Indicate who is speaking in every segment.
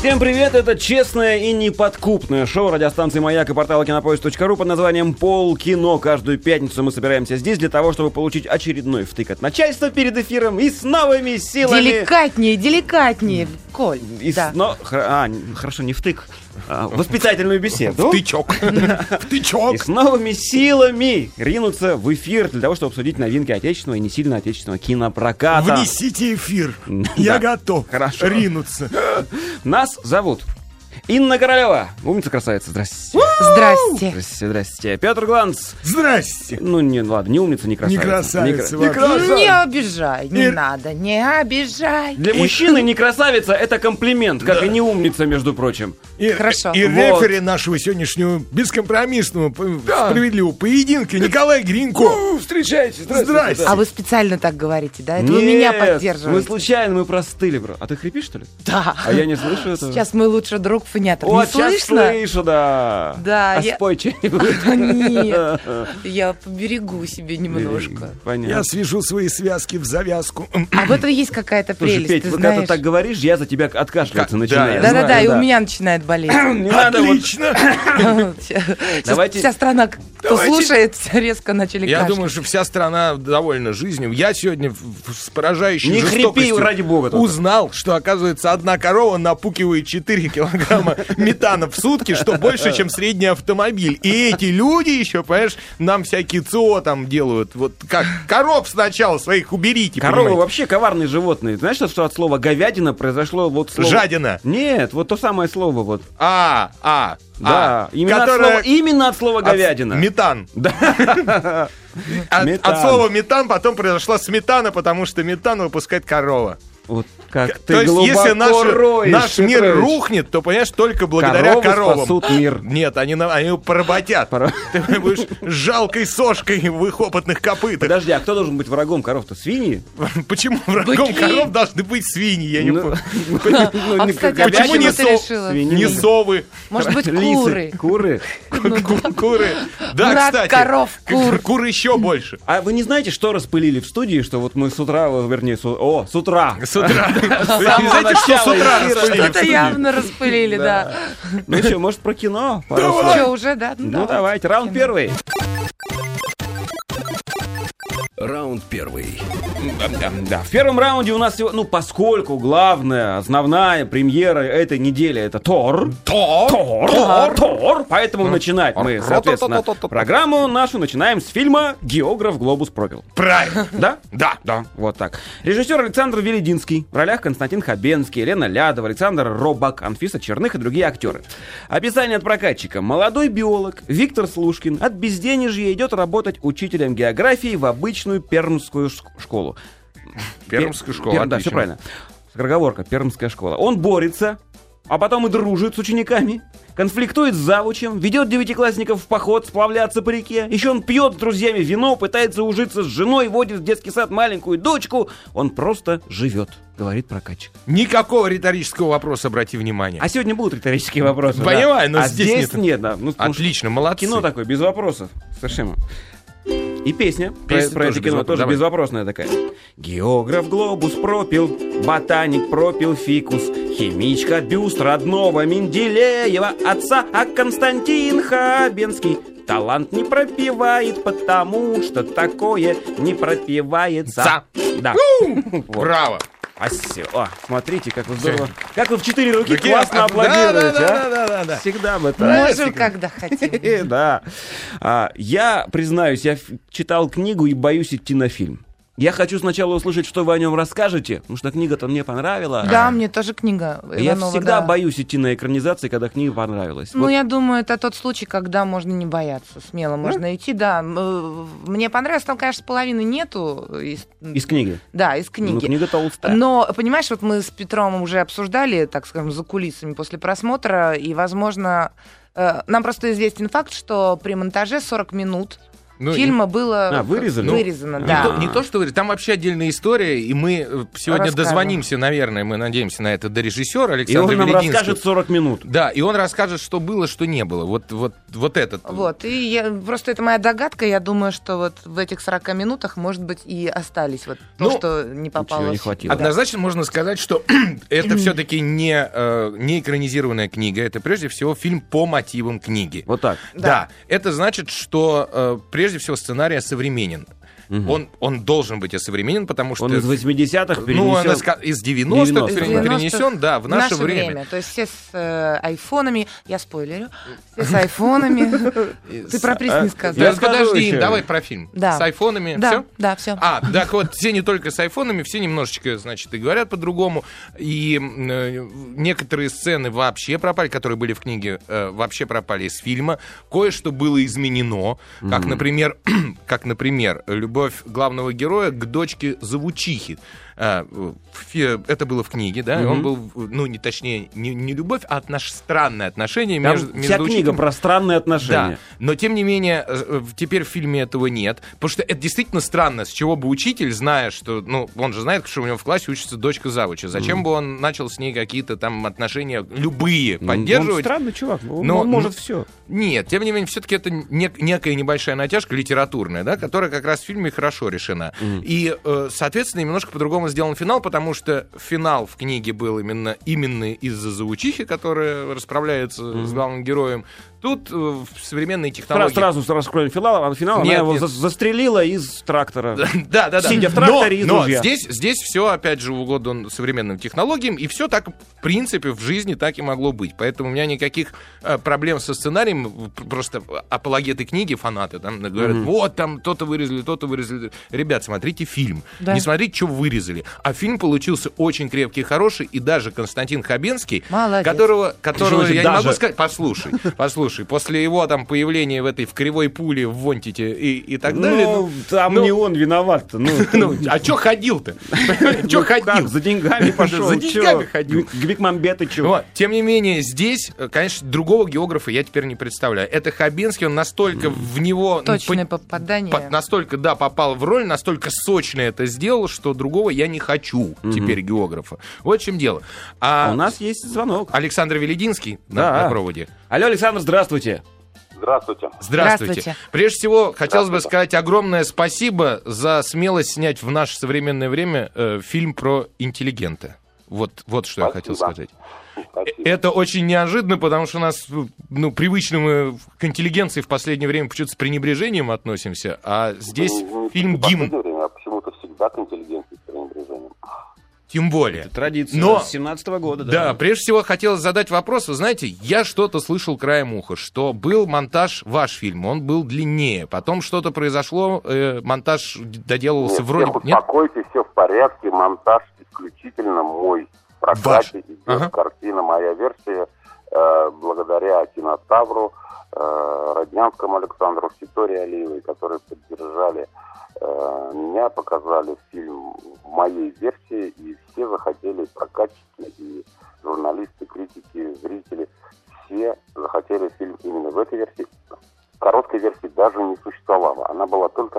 Speaker 1: Всем привет, это честное и неподкупное шоу радиостанции «Маяк» и портала «Кинопоиск.ру» под названием «Полкино». Каждую пятницу мы собираемся здесь для того, чтобы получить очередной втык от начальства перед эфиром и с новыми силами.
Speaker 2: Деликатнее, деликатнее, Коль.
Speaker 1: И с-
Speaker 2: да.
Speaker 1: но- хра- а, н- хорошо, не втык. а, воспитательную беседу.
Speaker 3: Втычок.
Speaker 1: И
Speaker 3: Втычок.
Speaker 1: с новыми силами ринуться в эфир для того, чтобы обсудить новинки отечественного и не сильно отечественного кинопроката.
Speaker 3: Внесите эфир. Я
Speaker 1: А, Да.
Speaker 3: готов
Speaker 1: Хорошо.
Speaker 3: ринуться.
Speaker 1: Нас зовут Инна Королева. Умница, красавица. Здрасте.
Speaker 2: Здрасте.
Speaker 1: Здрасте, здрасте. Петр Гланц.
Speaker 3: Здрасте.
Speaker 1: Ну, не, ладно, не умница, не красавица.
Speaker 3: Не красавица.
Speaker 1: кра-
Speaker 3: вообще.
Speaker 2: Не обижай, не
Speaker 3: И-
Speaker 2: надо, не обижай.
Speaker 1: Для мужчины не красавица — это комплимент, как и не умница, между прочим.
Speaker 3: И,
Speaker 2: Хорошо.
Speaker 3: И
Speaker 1: Вот.
Speaker 3: рефери нашего сегодняшнего бескомпромиссного, п- справедливого поединка Николай Гринько.
Speaker 1: Встречайте,
Speaker 3: Здрасте.
Speaker 2: А вы специально так говорите, да? Это А вы меня
Speaker 1: Мы
Speaker 2: поддерживаете.
Speaker 1: случайно, мы простыли, бро. А ты хрипишь, что ли?
Speaker 2: Да.
Speaker 1: А я не слышу этого.
Speaker 2: Сейчас мой лучший друг фонятор.
Speaker 1: О,
Speaker 2: Не
Speaker 1: сейчас
Speaker 2: слышно?
Speaker 1: слышу, да.
Speaker 2: Да,
Speaker 1: А
Speaker 2: я-
Speaker 1: спой что-нибудь.
Speaker 2: Да Нет, я поберегу себе немножко.
Speaker 1: Понятно.
Speaker 3: Я свяжу свои связки в завязку.
Speaker 2: А в этом есть какая-то
Speaker 1: Слушай,
Speaker 2: прелесть,
Speaker 1: Петь,
Speaker 2: ты
Speaker 1: вот когда ты
Speaker 2: знаешь.
Speaker 1: так говоришь, я за тебя откашливаться
Speaker 3: Да,
Speaker 1: начинаю.
Speaker 3: я
Speaker 2: Да-да-да,
Speaker 1: Знаю,
Speaker 2: и у меня начинает болеть.
Speaker 1: Не надо вот
Speaker 3: Отлично.
Speaker 2: Сейчас
Speaker 1: Давайте-
Speaker 2: Вся страна, кто
Speaker 3: Давайте.
Speaker 2: слушает, резко начали
Speaker 3: Я
Speaker 2: кашлять.
Speaker 3: думаю, что вся страна довольна жизнью. Я сегодня в- в- с поражающей
Speaker 1: Не хрипи,
Speaker 3: жестокостью
Speaker 1: ради бога, только.
Speaker 3: узнал, что, оказывается, одна корова напукивает 4 килограмма метана в сутки, что больше, чем средний автомобиль. И эти люди еще, понимаешь, нам всякие ЦО там делают. Вот как коров сначала своих уберите,
Speaker 1: Коровы
Speaker 3: понимаете?
Speaker 1: вообще коварные животные. Знаешь, что от слова говядина произошло вот слово...
Speaker 3: Жадина.
Speaker 1: Нет, вот то самое слово вот.
Speaker 3: А, а,
Speaker 1: Да,
Speaker 3: а,
Speaker 1: именно,
Speaker 3: которая
Speaker 1: от слова, именно от слова
Speaker 3: от-
Speaker 1: говядина.
Speaker 3: Метан. От,
Speaker 1: Метан.
Speaker 3: от слова метан потом произошла сметана, потому что метан выпускает корова.
Speaker 1: Вот как ты
Speaker 3: То есть,
Speaker 1: глубоко
Speaker 3: если наш,
Speaker 1: роешь,
Speaker 3: наш мир
Speaker 1: Петрович.
Speaker 3: рухнет, то, понимаешь, только благодаря
Speaker 1: коровы
Speaker 3: коровам.
Speaker 1: спасут мир.
Speaker 3: Нет, они, на- они его поработят.
Speaker 1: Пора-
Speaker 3: Ты будешь жалкой сошкой в их опытных копытах.
Speaker 1: Подожди, а кто должен быть врагом коров-то? Свиньи?
Speaker 3: Почему врагом
Speaker 2: Быки.
Speaker 3: коров должны быть свиньи? Я не
Speaker 1: Ну,
Speaker 3: понял.
Speaker 1: ну,
Speaker 2: А,
Speaker 1: не
Speaker 2: кстати,
Speaker 1: говядина,
Speaker 2: а почему
Speaker 3: говядина
Speaker 2: ты
Speaker 3: со-
Speaker 2: решила?
Speaker 1: свинина.
Speaker 3: Не совы,
Speaker 2: Может быть,
Speaker 1: лисы,
Speaker 2: куры?
Speaker 1: Куры.
Speaker 3: ку- куры. Да,
Speaker 2: Ну Враг
Speaker 3: кстати.
Speaker 2: коров, кур.
Speaker 3: к- Кур еще больше.
Speaker 1: А вы не знаете, что распылили в студии, что вот мы с утра, вернее, с, у- о, с утра.
Speaker 3: С утра. Вы не знаете, что с
Speaker 1: начала
Speaker 3: утра
Speaker 1: эфира.
Speaker 3: распылили в
Speaker 2: Что-то
Speaker 3: студии?
Speaker 2: явно распылили, да.
Speaker 1: Ну что, может, про кино? пару слов?
Speaker 2: Что, уже, да?
Speaker 1: Ну, давайте, раунд первый.
Speaker 4: Раунд первый.
Speaker 1: Да, в первом раунде у нас сегодня, ну, поскольку главная, основная премьера этой недели это Тор.
Speaker 3: Тор.
Speaker 1: Тор, Тор, Тор. Поэтому начинать мы, соответственно,
Speaker 3: Ро-то-то-то-то-то.
Speaker 1: программу нашу начинаем с фильма «Географ глобус провел».
Speaker 3: Правильно.
Speaker 1: Да?
Speaker 3: Да.
Speaker 1: Да, вот так. Режиссер Александр Велединский, в ролях Константин Хабенский, Елена Лядова, Александр Робак, Анфиса Черных и другие актеры. Описание от прокатчика. Молодой биолог Виктор Слушкин от безденежья идет работать учителем географии в обычную пермскую шк- школу.
Speaker 3: Пермская
Speaker 1: Пер-
Speaker 3: школа,
Speaker 1: Пер- да, все
Speaker 3: отлично.
Speaker 1: правильно. Скороговорка, пермская школа. Он борется, а потом и дружит с учениками, конфликтует с завучем, ведет девятиклассников в поход сплавляться по реке. Еще он пьет с друзьями вино, пытается ужиться с женой, водит в детский сад маленькую дочку. Он просто живет, говорит прокатчик.
Speaker 3: Никакого риторического вопроса, обрати внимание.
Speaker 1: А сегодня будут риторические вопросы. да.
Speaker 3: Понимаю, но
Speaker 1: А
Speaker 3: здесь нет.
Speaker 1: да. Ну, потому что
Speaker 3: Отлично, молодцы.
Speaker 1: Кино такое, без вопросов. Совершенно. И песня, про-
Speaker 3: Песня
Speaker 1: про, это
Speaker 3: тоже без
Speaker 1: кино
Speaker 3: вопрос-
Speaker 1: тоже
Speaker 3: давай.
Speaker 1: безвопросная такая. Географ глобус пропил, ботаник пропил фикус, химичка бюст родного Менделеева отца, а Константин Хабенский талант не пропивает, потому что такое не пропивается. Да. Вот.
Speaker 3: Браво.
Speaker 1: А сё- о, смотрите, как вы здорово. Как вы в четыре руки
Speaker 3: Такие
Speaker 1: классно
Speaker 3: ап-
Speaker 1: аплодируете,
Speaker 3: да,
Speaker 1: а?
Speaker 3: да, да, Ну, да, да.
Speaker 1: Всегда бы так.
Speaker 2: Можем, когда хотим.
Speaker 1: Э, Да. А, Я признаюсь, я ф- читал книгу и боюсь идти на фильм. Я хочу сначала услышать, что вы о нем расскажете, потому что книга-то мне понравилась. А,
Speaker 2: Да, мне тоже книга
Speaker 1: Я
Speaker 2: Иванова,
Speaker 1: всегда
Speaker 2: да.
Speaker 1: боюсь идти на экранизации, когда книга понравилась.
Speaker 2: Ну,
Speaker 1: Вот
Speaker 2: я думаю, это тот случай, когда можно не бояться. Смело можно идти, да. М, э, Мне понравилось, там, конечно, половины нету. Из,
Speaker 1: Из книги.
Speaker 2: да, из
Speaker 1: Ну,
Speaker 2: книги.
Speaker 1: книга толстая.
Speaker 2: Но, понимаешь, вот мы с Петром уже обсуждали, так скажем, за кулисами после просмотра, и, возможно, э, нам просто известен факт, что при монтаже 40 минут
Speaker 3: Ну, и-
Speaker 2: фильма было
Speaker 1: А, вырезали?
Speaker 2: вырезано,
Speaker 1: Ну,
Speaker 2: да.
Speaker 3: Не то, не то, что вы- там вообще отдельная история, и мы э, сегодня
Speaker 2: Расскажем.
Speaker 3: дозвонимся, наверное, мы надеемся на это до режиссера
Speaker 1: И
Speaker 3: Александра
Speaker 1: он нам
Speaker 3: Велединского.
Speaker 1: расскажет 40 минут.
Speaker 3: Да, и он расскажет, что было, что не было. Вот, вот, вот этот.
Speaker 2: Вот, и я, просто это моя догадка, я думаю, что вот в этих 40 минутах, может быть, и остались вот то,
Speaker 3: Ну,
Speaker 2: что не попало.
Speaker 1: Ничего не
Speaker 2: в-
Speaker 1: хватило.
Speaker 3: Однозначно можно сказать, что это все-таки не, э, не экранизированная книга, это прежде всего фильм по мотивам книги.
Speaker 1: Вот так.
Speaker 3: Да. это значит, что э, прежде всего сценарий осовременен. Он, он должен быть осовременен, потому что...
Speaker 1: Он из 80-х
Speaker 3: ну, он из,
Speaker 1: перенесен.
Speaker 3: ка- из 90-х,
Speaker 1: 90-х.
Speaker 3: пере-
Speaker 2: Из 90-х
Speaker 3: перенесен, да, в наше, время.
Speaker 2: То есть все с э, айфонами, я спойлерю, все с айфонами. Ты
Speaker 3: а,
Speaker 2: про приз не
Speaker 3: Да,
Speaker 2: сказал.
Speaker 1: скажу
Speaker 3: подожди,
Speaker 1: еще.
Speaker 3: давай про фильм.
Speaker 2: Да.
Speaker 3: С айфонами,
Speaker 2: Да,
Speaker 3: все?
Speaker 2: да, все.
Speaker 3: А, так вот, все не только с айфонами, все немножечко, значит, и говорят по-другому. И м, э, некоторые сцены вообще пропали, которые были в книге, э, вообще пропали из фильма. Кое-что было изменено, как, например, как, например, любовь главного героя к дочке Завучихи. Э, в фи- Это было в книге, да? и Он был, в- ну, не точнее, не, не любовь, а отнош... странное отношение
Speaker 1: Там
Speaker 3: между, между
Speaker 1: вся книга
Speaker 3: учителем-
Speaker 1: про странные
Speaker 3: да,
Speaker 1: отношения.
Speaker 3: но тем не менее, э, э, в- теперь в фильме этого нет. Потому что это действительно странно, с чего бы учитель, зная, что, ну, он же знает, что у него в классе учится дочка завуча. Зачем бы он начал с ней какие-то там отношения, любые,
Speaker 1: Ну, Он- Он
Speaker 3: поддерживать? Ну,
Speaker 1: странный чувак, он,
Speaker 3: Но-
Speaker 1: он может
Speaker 3: но-
Speaker 1: все.
Speaker 3: Нет, тем не менее, все-таки это не- некая небольшая натяжка литературная, да, которая как раз в фильме хорошо решена. И, э, соответственно, немножко по-другому сделан финал, потому что финал в книге был именно, именно из-за заучихи, которая расправляется с главным героем. Тут э, в современные
Speaker 1: Сразу,
Speaker 3: технологии...
Speaker 1: сразу раскроем финал, а финал она
Speaker 3: Нет,
Speaker 1: его
Speaker 3: нет.
Speaker 1: за- застрелила из трактора.
Speaker 3: Да, да, да.
Speaker 1: Сидя в тракторе
Speaker 3: но,
Speaker 1: из
Speaker 3: но
Speaker 1: ружья.
Speaker 3: здесь, здесь все, опять же, в угоду современным технологиям, и все так, в принципе, в жизни так и могло быть. Поэтому у меня никаких э, проблем со сценарием. П- Просто апологеты книги, фанаты, там говорят, вот, там то-то вырезали, то-то вырезали. Ребят, смотрите фильм.
Speaker 2: Да.
Speaker 3: Не смотрите, что вырезали. А фильм получился очень крепкий, хороший, и даже Константин Хабенский,
Speaker 2: Молодец.
Speaker 3: которого, которого
Speaker 1: Что значит
Speaker 3: я не
Speaker 1: «даже»?
Speaker 3: могу сказать, послушай, послушай, после его там появления в этой в кривой пуле в Вонтите и, и так далее, ну,
Speaker 1: Ну, там
Speaker 3: ну,
Speaker 1: не он виноват. Ну,
Speaker 3: ну, а чё ходил-то? Чё
Speaker 1: как,
Speaker 3: ходил?
Speaker 1: за деньгами пошел.
Speaker 3: За деньгами ходил.
Speaker 1: Гвикмамбеты чего?
Speaker 3: Вот. Тем не менее, здесь, э, конечно, другого географа я теперь не представляю. Это Хабенский, он настолько в него... ну,
Speaker 2: Точное
Speaker 3: по-
Speaker 2: попадание.
Speaker 3: по- Настолько, да, попал в роль, настолько сочно это сделал, что другого я не хочу теперь географа. Вот в чем дело. А
Speaker 1: У нас есть звонок.
Speaker 3: Александр Велединский
Speaker 1: Да.
Speaker 3: на, на проводе.
Speaker 1: А, Алло, Александр, здравствуйте.
Speaker 5: Здравствуйте.
Speaker 3: Здравствуйте.
Speaker 2: Здравствуйте.
Speaker 3: Прежде всего, хотелось бы
Speaker 5: Здравствуйте.
Speaker 3: сказать огромное спасибо за смелость снять в наше современное время э, фильм про интеллигента. Вот, вот что я хотел
Speaker 5: Спасибо.
Speaker 3: сказать.
Speaker 5: Спасибо.
Speaker 3: Это очень неожиданно, потому что у нас, ну, привычно мы к интеллигенции в последнее время почему-то с пренебрежением относимся, а здесь
Speaker 5: Ну, ну,
Speaker 3: фильм
Speaker 5: в последнее
Speaker 3: «Гимн»,
Speaker 5: время, а почему-то всегда к интеллигенции с пренебрежением.
Speaker 3: тем более.
Speaker 1: Традиция
Speaker 3: Но-
Speaker 1: с 17 года.
Speaker 3: Да, прежде всего хотелось задать вопрос. Вы знаете, я что-то слышал краем уха, что был монтаж ваш фильм, он был длиннее. Потом что-то произошло, э, монтаж доделывался
Speaker 5: Нет,
Speaker 3: вроде...
Speaker 5: всех
Speaker 3: Нет?
Speaker 5: успокойте, все в порядке, монтаж исключительно мой. В прокате идет
Speaker 3: Ага.
Speaker 5: картина «Моя версия» э, благодаря Кинотавру, э, Роднянскому Александру, Ситоре Алиевой, которые поддержали э, меня, показали фильм в моей версии, и все захотели, прокатчики, и журналисты, критики, зрители, все захотели фильм именно в этой версии. Короткой версии даже не существовало, она была только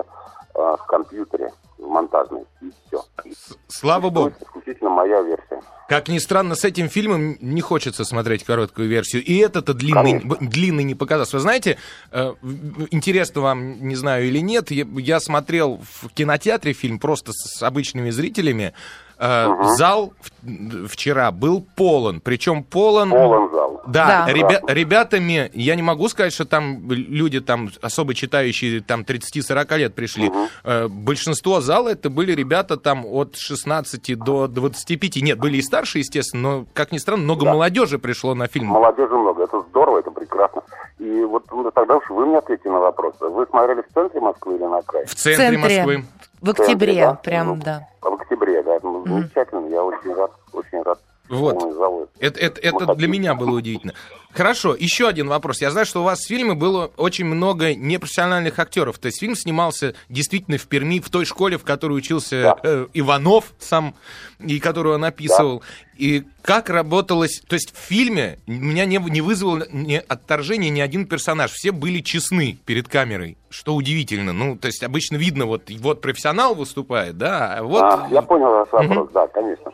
Speaker 5: э, в компьютере, в монтажной, и все.
Speaker 3: С- Слава богу.
Speaker 5: Исключительно моя версия.
Speaker 3: Как ни странно, с этим фильмом не хочется смотреть короткую версию. И этот-то длинный,
Speaker 5: Конечно.
Speaker 3: б- длинный не показался. Вы знаете, э, в- интересно вам, не знаю или нет, я, я смотрел в кинотеатре фильм просто с, с обычными зрителями. Э, Зал в- вчера был полон. Причем полон...
Speaker 5: Полон зал.
Speaker 3: Да,
Speaker 2: Да.
Speaker 3: ребя- ребятами, я не могу сказать, что там люди, там, особо читающие, там, 30-40 лет пришли. Э, Большинство зала это были ребята там от 16 до 25. Нет, были и старше, естественно, но, как ни странно, много
Speaker 5: Да.
Speaker 3: молодежи пришло на фильм.
Speaker 5: Молодежи много, это здорово, это прекрасно. И вот ну, тогда уж вы мне ответите на вопрос. Вы смотрели в центре Москвы или на окраине?
Speaker 3: В центре, Москвы.
Speaker 2: В
Speaker 5: В центре,
Speaker 2: октябре,
Speaker 5: да?
Speaker 2: прям,
Speaker 5: Ну,
Speaker 2: да.
Speaker 5: В октябре, да. Ну, замечательно, я очень рад, очень рад.
Speaker 3: Вот.
Speaker 5: Умный завод.
Speaker 3: Это, это, это для меня было удивительно. Хорошо, еще один вопрос. Я знаю, что у вас в фильме было очень много непрофессиональных актеров. То есть фильм снимался действительно в Перми, в той школе, в которой учился
Speaker 5: Да.
Speaker 3: э, Иванов сам, и которую он описывал. И как работалось... То есть в фильме меня не, не вызвал ни отторжения ни один персонаж. Все были честны перед камерой, что удивительно. Ну, то есть обычно видно, вот, вот профессионал выступает, да, а вот...
Speaker 5: А, я понял ваш вопрос,
Speaker 3: Мгм.
Speaker 5: да, конечно.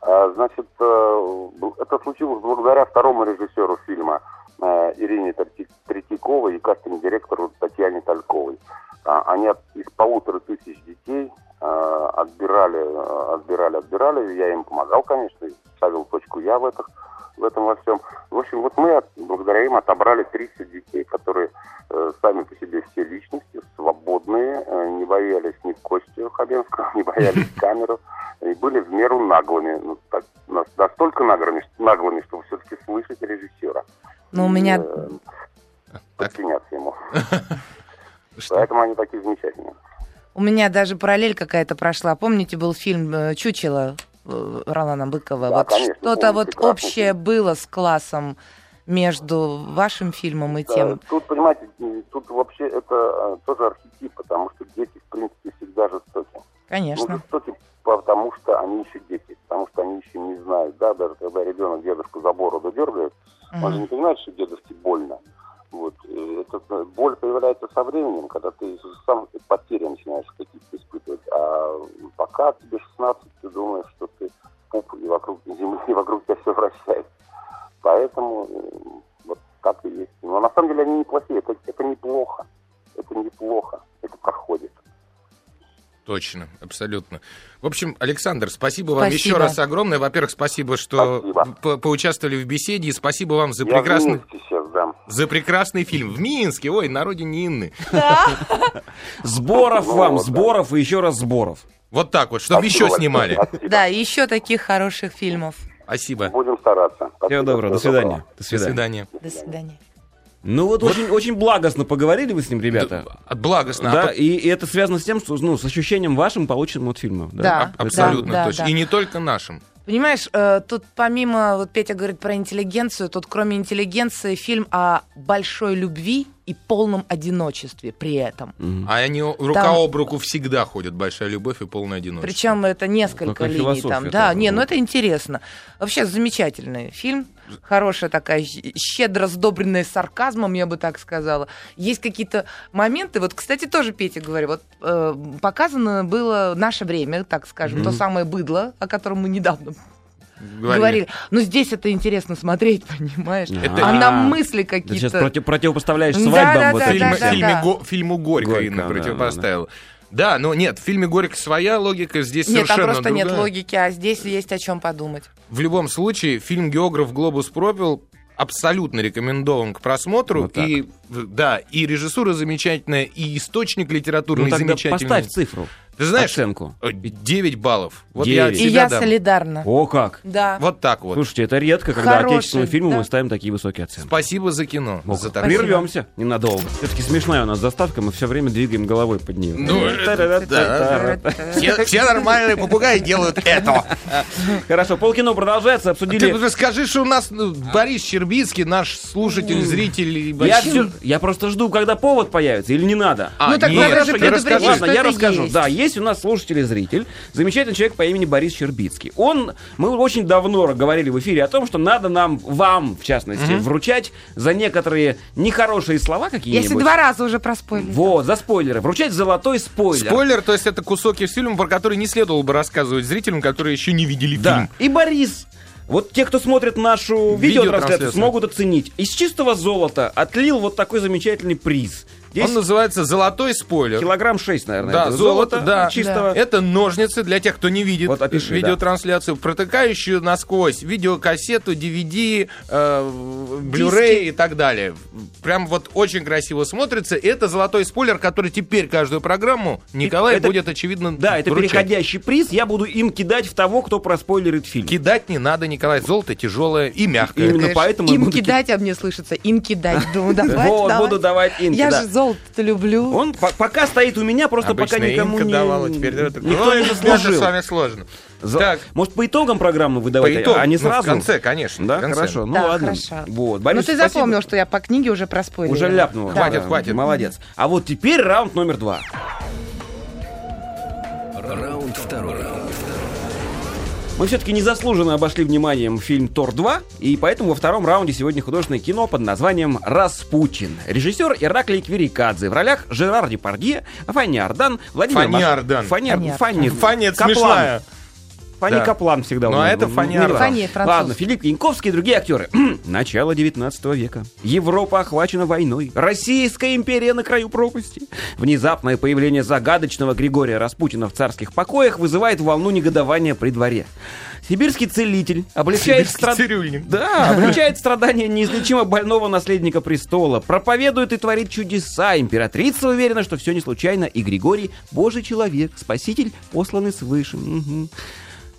Speaker 5: А, Значит, э, бл- это случилось благодаря второму режиссеру фильма э, Ирине Тарти- Третьяковой и кастинг-директору Татьяне Тальковой. А, Они от- из полутора тысяч детей э, отбирали, э, отбирали, отбирали. Я им помогал, конечно, и ставил точку «я» в, этих, в этом во всем. В общем, вот мы от- благодаря им отобрали 30 детей, которые э, сами по себе все личности, свободные, э, не боялись ни Костю Хабенского, не боялись камеру, и были в меру наглыми. Ну, так, на- настолько наглыми, что- наглыми, что все-таки слышать режиссера.
Speaker 2: Ну, у меня...
Speaker 5: Э,
Speaker 3: Так.
Speaker 5: Подчиняться ему.
Speaker 3: что-
Speaker 5: Поэтому они такие замечательные.
Speaker 2: У меня даже параллель какая-то прошла. Помните, был фильм э, «Чучело» э, Ролана Быкова?
Speaker 5: Да,
Speaker 2: вот
Speaker 5: конечно,
Speaker 2: что-то
Speaker 5: помню,
Speaker 2: вот
Speaker 5: прекрасный
Speaker 2: общее
Speaker 5: фильм.
Speaker 2: было с классом между вашим фильмом и тем.
Speaker 5: Э, Тут, понимаете, м, тут вообще это э, тоже архетип, потому что дети, в принципе, всегда жестоки. Ну,
Speaker 2: Конечно.
Speaker 5: жестоки, потому что они еще дети, потому что они еще не знают. Да, даже когда ребенок дедушку за бороду дергает, Он же
Speaker 2: Мгм.
Speaker 5: не понимает, что дедушке больно. Вот. э, Эта э, боль появляется со временем, когда ты сам потери начинаешь какие-то испытывать. А пока тебе 16, ты думаешь, что ты пуп, и вокруг земли, и вокруг тебя все вращается. Поэтому э, вот так и есть. Но на самом деле они неплохие. Это, это неплохо. Это неплохо. Это проходит.
Speaker 3: Точно, абсолютно. В общем, Александр, спасибо вам
Speaker 2: Спасибо.
Speaker 3: еще раз огромное. Во-первых, спасибо, что
Speaker 5: Спасибо.
Speaker 3: по- поучаствовали в беседе. И спасибо вам за
Speaker 5: Я в
Speaker 3: прекрасный,
Speaker 5: Минске сейчас, да.
Speaker 3: за прекрасный фильм. В Минске, ой, на родине Инны.
Speaker 1: Сборов
Speaker 5: Ну,
Speaker 1: вам,
Speaker 5: вот, да.
Speaker 1: сборов и еще раз сборов.
Speaker 3: Вот так вот, чтобы
Speaker 5: Спасибо
Speaker 3: еще
Speaker 5: большое.
Speaker 3: снимали.
Speaker 5: Спасибо.
Speaker 2: Да, еще таких хороших фильмов.
Speaker 3: Спасибо.
Speaker 5: Будем стараться.
Speaker 1: Всего
Speaker 5: Спасибо,
Speaker 1: доброго, до
Speaker 5: всего
Speaker 1: свидания. До
Speaker 3: До
Speaker 1: свидания.
Speaker 3: свидания.
Speaker 2: До свидания.
Speaker 1: Ну вот, Очень, очень благостно поговорили вы с ним, ребята.
Speaker 3: Д- От благостно.
Speaker 1: Да,
Speaker 3: а
Speaker 1: и, и это связано с тем, что ну, с ощущением вашим полученным от фильма.
Speaker 3: по-
Speaker 2: Да.
Speaker 1: Да.
Speaker 3: а- Абсолютно
Speaker 2: да,
Speaker 3: точно.
Speaker 2: да.
Speaker 3: И не только нашим.
Speaker 2: Понимаешь, э, тут помимо, вот Петя говорит про интеллигенцию, тут кроме интеллигенции фильм о большой любви и полном одиночестве при этом.
Speaker 1: Мгм.
Speaker 3: А они о- рука
Speaker 2: Там-
Speaker 3: об руку всегда ходят. Большая любовь и полное одиночество.
Speaker 2: Причем это несколько
Speaker 1: Ну, Какая
Speaker 2: линий
Speaker 1: философия
Speaker 2: там. Да,
Speaker 1: такая,
Speaker 2: не, ну
Speaker 1: вот.
Speaker 2: это интересно. Вообще замечательный фильм. Хорошая такая, щ- щедро сдобренная сарказмом, я бы так сказала. Есть какие-то моменты. Вот, кстати, тоже Петя говорю, вот э, показано было наше время, так скажем, то
Speaker 1: Мгм.
Speaker 2: самое быдло, о котором мы недавно
Speaker 3: Говорили.
Speaker 2: говорили. Но здесь это интересно смотреть, понимаешь?
Speaker 1: Это-
Speaker 2: А
Speaker 1: А,
Speaker 2: нам мысли
Speaker 1: Ты сейчас
Speaker 2: какие-то.
Speaker 1: против- противопоставляешь
Speaker 2: Да,
Speaker 1: свадьбам
Speaker 2: да,
Speaker 1: вот
Speaker 2: да,
Speaker 1: этим
Speaker 3: фильме,
Speaker 2: да, да,
Speaker 1: всем.
Speaker 3: фильме
Speaker 2: да.
Speaker 3: Го- фильму Горько,
Speaker 1: Горько,
Speaker 3: Инна
Speaker 1: да,
Speaker 3: противопоставила. Да, но нет, в фильме Горько своя логика, здесь
Speaker 2: Нет, там
Speaker 3: совершенно
Speaker 2: просто нет
Speaker 3: другая.
Speaker 2: логики, а здесь есть о чем подумать.
Speaker 3: В любом случае, фильм «Географ Глобус пропил» абсолютно рекомендован к просмотру.
Speaker 1: Вот Ну так.
Speaker 3: и, в- да, и режиссура замечательная, и источник литературный
Speaker 1: Ну тогда
Speaker 3: замечательный.
Speaker 1: поставь цифру,
Speaker 3: Ты знаешь,
Speaker 1: оценку.
Speaker 3: э, 9 баллов. Вот я от
Speaker 1: Девять.
Speaker 2: И
Speaker 3: себя
Speaker 2: я
Speaker 3: дам.
Speaker 2: солидарна.
Speaker 1: О как!
Speaker 2: Да.
Speaker 3: Вот так вот.
Speaker 1: Слушайте, это редко, когда
Speaker 2: Хороший,
Speaker 1: отечественному фильму
Speaker 2: да.
Speaker 1: мы ставим такие высокие оценки.
Speaker 3: Спасибо за кино.
Speaker 1: Ох,
Speaker 3: за такое.
Speaker 1: Прервемся ненадолго. Все-таки смешная у нас заставка, мы все время двигаем головой под нее.
Speaker 3: Ну, это да. Все, все нормальные попугаи делают это.
Speaker 1: Хорошо, полкино продолжается,
Speaker 2: А
Speaker 3: Ты
Speaker 1: обсудили...
Speaker 3: уже скажи, что у нас ну, Борис Щербицкий, наш слушатель, зритель. и
Speaker 1: Я,
Speaker 3: вообще-
Speaker 1: всё- я просто жду, когда повод появится, или не надо.
Speaker 3: А,
Speaker 2: Ну так
Speaker 3: нет,
Speaker 2: надо же
Speaker 3: я расскажу.
Speaker 2: предупредить,
Speaker 1: Ладно,
Speaker 2: что
Speaker 1: я
Speaker 2: это
Speaker 1: расскажу.
Speaker 2: есть.
Speaker 1: Да, есть у нас слушатель и зритель, замечательный человек по имени Борис Щербицкий. Он, мы очень давно говорили в эфире о том, что надо нам, вам, в частности, вручать за некоторые нехорошие слова какие-нибудь.
Speaker 2: Если два раза уже проспойлили.
Speaker 1: Вот, за спойлеры. Вручать золотой спойлер.
Speaker 3: Спойлер, то есть это кусок из фильма, про который не следовало бы рассказывать зрителям, которые еще не видели
Speaker 1: Да.
Speaker 3: фильм.
Speaker 1: И Борис. Вот те, кто смотрит нашу видеотрансляцию,
Speaker 3: Видеотрансляцию.
Speaker 1: смогут оценить. Из чистого золота отлил вот такой замечательный приз. Здесь
Speaker 3: Он называется «Золотой спойлер».
Speaker 1: килограмм 6, наверное.
Speaker 3: Да,
Speaker 1: это
Speaker 3: золото,
Speaker 1: золото А
Speaker 3: да.
Speaker 1: чистого.
Speaker 3: Это ножницы для тех, кто не видит
Speaker 1: Вот опиши,
Speaker 3: видеотрансляцию, протыкающую насквозь видеокассету, DVD, э, Blu-ray и так далее. Прям вот очень красиво смотрится. И Это золотой спойлер, который теперь каждую программу Николай
Speaker 1: Это-
Speaker 3: будет, очевидно,
Speaker 1: Да, это
Speaker 3: вручать.
Speaker 1: переходящий приз. Я буду им кидать в того, кто проспойлерит фильм.
Speaker 3: Кидать не надо, Николай. Золото тяжелое и мягкое.
Speaker 1: Именно
Speaker 2: Конечно,
Speaker 1: поэтому я
Speaker 2: Им
Speaker 1: буду
Speaker 2: кидать, а мне слышится, им кидать. Думаю, давай,
Speaker 1: Вот,
Speaker 2: давай.
Speaker 1: буду давать инки,
Speaker 2: Я
Speaker 1: да.
Speaker 2: же золото люблю.
Speaker 1: Он по- пока стоит у меня, просто
Speaker 3: Обычно
Speaker 1: пока никому
Speaker 3: Инка
Speaker 1: не...
Speaker 3: давала, теперь
Speaker 1: никто
Speaker 3: «Ой,
Speaker 1: не
Speaker 3: это с
Speaker 1: заслужил.
Speaker 3: вами сложно.
Speaker 1: За-
Speaker 3: Так.
Speaker 1: Может, по итогам программы выдавать,
Speaker 3: По итогу,
Speaker 1: а не
Speaker 3: ну,
Speaker 1: сразу?
Speaker 3: в конце, конечно.
Speaker 1: Да,
Speaker 3: в конце.
Speaker 1: хорошо. Ну
Speaker 2: Да,
Speaker 1: ладно.
Speaker 2: хорошо.
Speaker 1: Вот.
Speaker 2: Ну
Speaker 1: Борис,
Speaker 2: ты
Speaker 1: спасибо.
Speaker 2: запомнил, что я по книге уже проспорила.
Speaker 1: Уже ляпнула.
Speaker 3: Хватит,
Speaker 1: Да,
Speaker 3: хватит.
Speaker 1: Молодец. А вот теперь раунд номер два.
Speaker 4: Раунд второй.
Speaker 1: Мы все-таки незаслуженно обошли вниманием фильм «Тор 2», и поэтому во втором раунде сегодня художественное кино под названием «Распутин». Режиссер Ираклий Квирикадзе. В ролях Жерар Депардье, Фанни Ардан, Владимир...
Speaker 3: Фанни
Speaker 1: Маш-
Speaker 3: Ардан.
Speaker 1: Фанни...
Speaker 2: Фанни
Speaker 1: Фанни...
Speaker 2: Ардан.
Speaker 3: Фанни, это
Speaker 1: Каплан.
Speaker 3: смешная.
Speaker 1: Фанни
Speaker 3: Да.
Speaker 1: Каплан всегда.
Speaker 3: Ну,
Speaker 1: у
Speaker 3: а
Speaker 1: меня
Speaker 3: это
Speaker 1: был.
Speaker 3: Фанни
Speaker 1: Ну, не
Speaker 3: Ардан.
Speaker 2: Фанни, француз.
Speaker 1: Ладно, Филипп Янковский и другие актеры. Начало 19 века. Европа охвачена войной. Российская империя на краю пропасти. Внезапное появление загадочного Григория Распутина в царских покоях вызывает волну негодования при дворе. Сибирский целитель облегчает
Speaker 3: Сибирский цирюльник.
Speaker 1: да, облегчает страдания неизлечимо больного наследника престола, проповедует и творит чудеса. Императрица уверена, что все не случайно, и Григорий — божий человек, спаситель, посланный свыше. Мгм.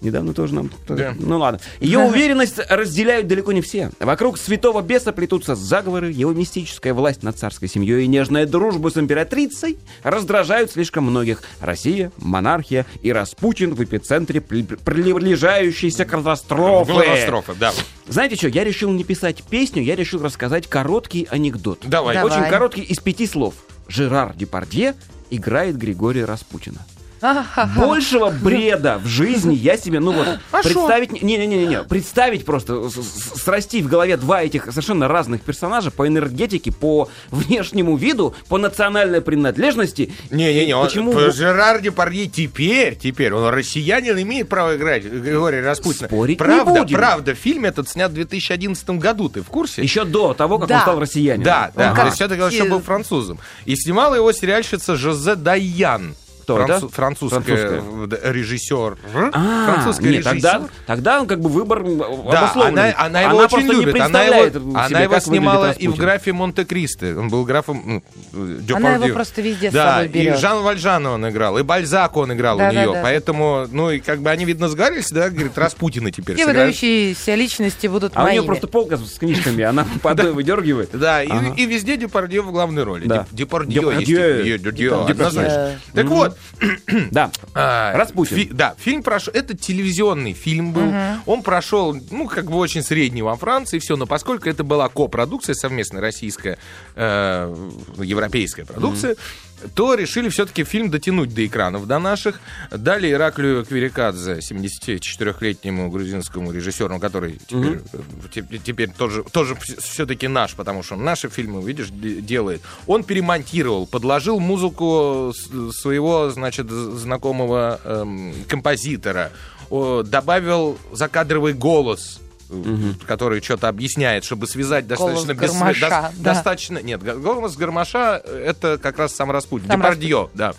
Speaker 1: Недавно тоже нам...
Speaker 3: Да.
Speaker 1: Ну ладно. Ее уверенность разделяют далеко не все. Вокруг святого беса плетутся заговоры, его мистическая власть над царской семьей и нежная дружба с императрицей раздражают слишком многих. Россия, монархия и Распутин в эпицентре при- приближающейся катастрофы.
Speaker 3: Катастрофа, да.
Speaker 1: Знаете что, я решил не писать песню, я решил рассказать короткий анекдот.
Speaker 3: Давай.
Speaker 2: Давай.
Speaker 1: Очень короткий, из пяти слов. Жерар Депардье играет Григория Распутина. Большего бреда в жизни я себе, ну вот,
Speaker 2: А
Speaker 1: представить... Не-не-не, представить просто, с- с- срасти в голове два этих совершенно разных персонажа по энергетике, по внешнему виду, по национальной принадлежности.
Speaker 3: Не-не-не, он,
Speaker 1: Почему...
Speaker 3: Ф- Жерар Депардье теперь, теперь, он россиянин, имеет право играть Григория Распутина.
Speaker 1: Спорить не
Speaker 3: правда,
Speaker 1: будем.
Speaker 3: правда, фильм этот снят в 2011 году, ты в курсе?
Speaker 1: Еще до того, как
Speaker 2: Да.
Speaker 1: он стал россиянином.
Speaker 3: Да, да,
Speaker 1: Ага.
Speaker 3: то есть все-таки он еще
Speaker 2: Э,
Speaker 3: был французом. И снимала его сериальщица Жозе Дайян.
Speaker 1: Кто это?
Speaker 3: Французская,
Speaker 1: Французская.
Speaker 3: э, д- режиссер.
Speaker 1: А,
Speaker 3: Французская
Speaker 1: нет, тогда,
Speaker 3: режиссер.
Speaker 1: тогда как бы выбор м,
Speaker 3: Да,
Speaker 1: обусловленный.
Speaker 3: она, она его очень
Speaker 1: просто
Speaker 3: любит.
Speaker 1: Не
Speaker 3: Она его,
Speaker 1: представляет
Speaker 3: она
Speaker 1: себе,
Speaker 3: его
Speaker 1: как выглядит
Speaker 3: снимала и
Speaker 1: Распутин.
Speaker 3: в графе Монте-Кристо. Он был графом ну, э,
Speaker 2: Она его
Speaker 3: Дюпардье.
Speaker 2: просто везде с
Speaker 3: Да,
Speaker 2: собой
Speaker 3: и
Speaker 2: берет.
Speaker 3: Жан Вальжан он играл, и Бальзак он играл у
Speaker 2: Да-да-да.
Speaker 3: нее. Поэтому, ну, и как бы они, видно, сгорелись, да, говорит, Распутина теперь
Speaker 2: Все
Speaker 3: сыграют.
Speaker 2: выдающиеся личности будут
Speaker 1: А у нее
Speaker 2: моими.
Speaker 1: просто полка с с книжками, она по одной выдергивает.
Speaker 3: Да, и-
Speaker 1: Ага.
Speaker 3: и, везде Депардье в главной роли.
Speaker 1: Да.
Speaker 3: Деп- Депардье,
Speaker 1: Депардье. Ну,
Speaker 3: есть. Депардье, Депардье,
Speaker 1: Депардье.
Speaker 3: однозначно. Так
Speaker 1: Мгм.
Speaker 3: вот,
Speaker 1: Да.
Speaker 3: А,
Speaker 1: Распутин.
Speaker 3: фи- да, фильм прошел. Это телевизионный фильм был. Он прошел, ну, как бы очень средний во Франции, все. Но поскольку это была копродукция совместная российская, э, европейская продукция, то решили все-таки фильм дотянуть до экранов, до наших. Дали Ираклию Кверикадзе, 74-летнему грузинскому режиссеру, который теперь, э, те- теперь тоже, тоже все-таки наш, потому что он наши фильмы, видишь, де- делает. Он перемонтировал, подложил музыку с- своего, значит, з- знакомого эм, композитора, о, добавил закадровый голос э, который что-то объясняет, чтобы связать
Speaker 2: Голос
Speaker 3: достаточно бессме-
Speaker 2: Гармаша,
Speaker 3: дос-
Speaker 2: да.
Speaker 3: достаточно нет г- голос Гармаша э, это как раз сам Распутин
Speaker 2: Сам
Speaker 3: Депардье, да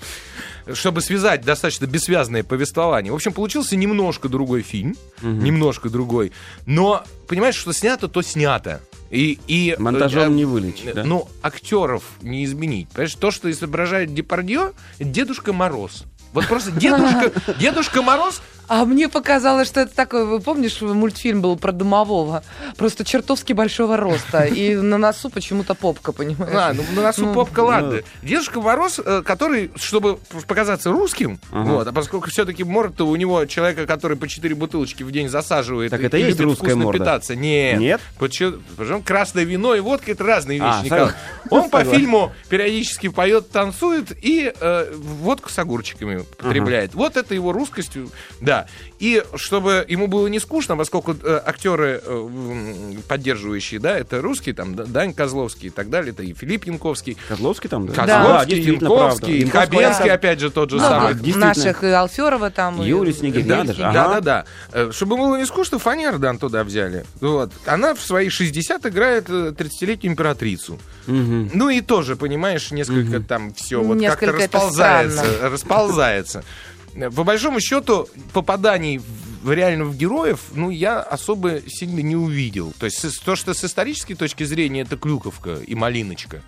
Speaker 3: чтобы связать достаточно бессвязное повествование. В общем, получился немножко другой фильм, немножко другой. Но понимаешь, что снято, то снято. И, и
Speaker 1: Монтажом
Speaker 3: э,
Speaker 1: не вылечить, да?
Speaker 3: Ну, актеров не изменить. Понимаешь, то, что изображает Депардье, Дедушка Мороз. Вот просто дедушка, дедушка Мороз,
Speaker 2: А мне показалось, что это такой, вы помнишь, мультфильм был про домового? Просто чертовски большого роста. И на носу почему-то попка,
Speaker 3: а,
Speaker 2: понимаешь?
Speaker 3: ну, на носу
Speaker 2: Ну,
Speaker 3: попка, ладно. Дедушка Мороз, э, который, чтобы показаться русским,
Speaker 1: Ага.
Speaker 3: вот, а поскольку все-таки морда у него человека, который по 4 бутылочки в день засаживает
Speaker 1: Так
Speaker 3: и-
Speaker 1: это
Speaker 3: и
Speaker 1: и есть
Speaker 3: любит
Speaker 1: русская
Speaker 3: вкусно
Speaker 1: морда?
Speaker 3: питаться. Нет.
Speaker 1: Нет?
Speaker 3: Почему? Потому что красное вино и водка это разные вещи,
Speaker 1: А,
Speaker 3: Николай.
Speaker 1: согласен.
Speaker 3: Он по
Speaker 1: Согласен.
Speaker 3: фильму периодически поет, танцует и э, водку с огурчиками потребляет. Вот это его русскостью, да. И чтобы ему было не скучно, поскольку э, актеры э, м, поддерживающие, да, это русские, там да- Дань Козловский и так далее, это и Филипп Янковский.
Speaker 1: Козловский там, да? Да,
Speaker 3: Козловский,
Speaker 1: действительно, правда. Ну,
Speaker 3: Янковский,
Speaker 1: Янковский,
Speaker 3: Хабенский,
Speaker 1: да.
Speaker 3: опять же, тот же
Speaker 1: Ну,
Speaker 3: самый.
Speaker 1: да.
Speaker 2: Много
Speaker 1: действительно.
Speaker 2: наших и Алферова там. и-
Speaker 1: Юрий Снегирь,
Speaker 2: Да,
Speaker 1: надо же,
Speaker 2: Снегирь.
Speaker 1: ага.
Speaker 3: Да, да, да. Э, Чтобы было не скучно, Фанни Ардан туда взяли. Вот. Она в свои 60 играет э, 30-летнюю императрицу.
Speaker 1: Мгм.
Speaker 3: Ну и тоже, понимаешь, несколько там все вот как-то
Speaker 2: Несколько это
Speaker 3: расползается.
Speaker 2: странно.
Speaker 3: Расползается. Э, По большому счету, попаданий в- в реально в героев, ну, я особо сильно не увидел. То есть с- то, что с исторической точки зрения, это Клюковка и Малиночка.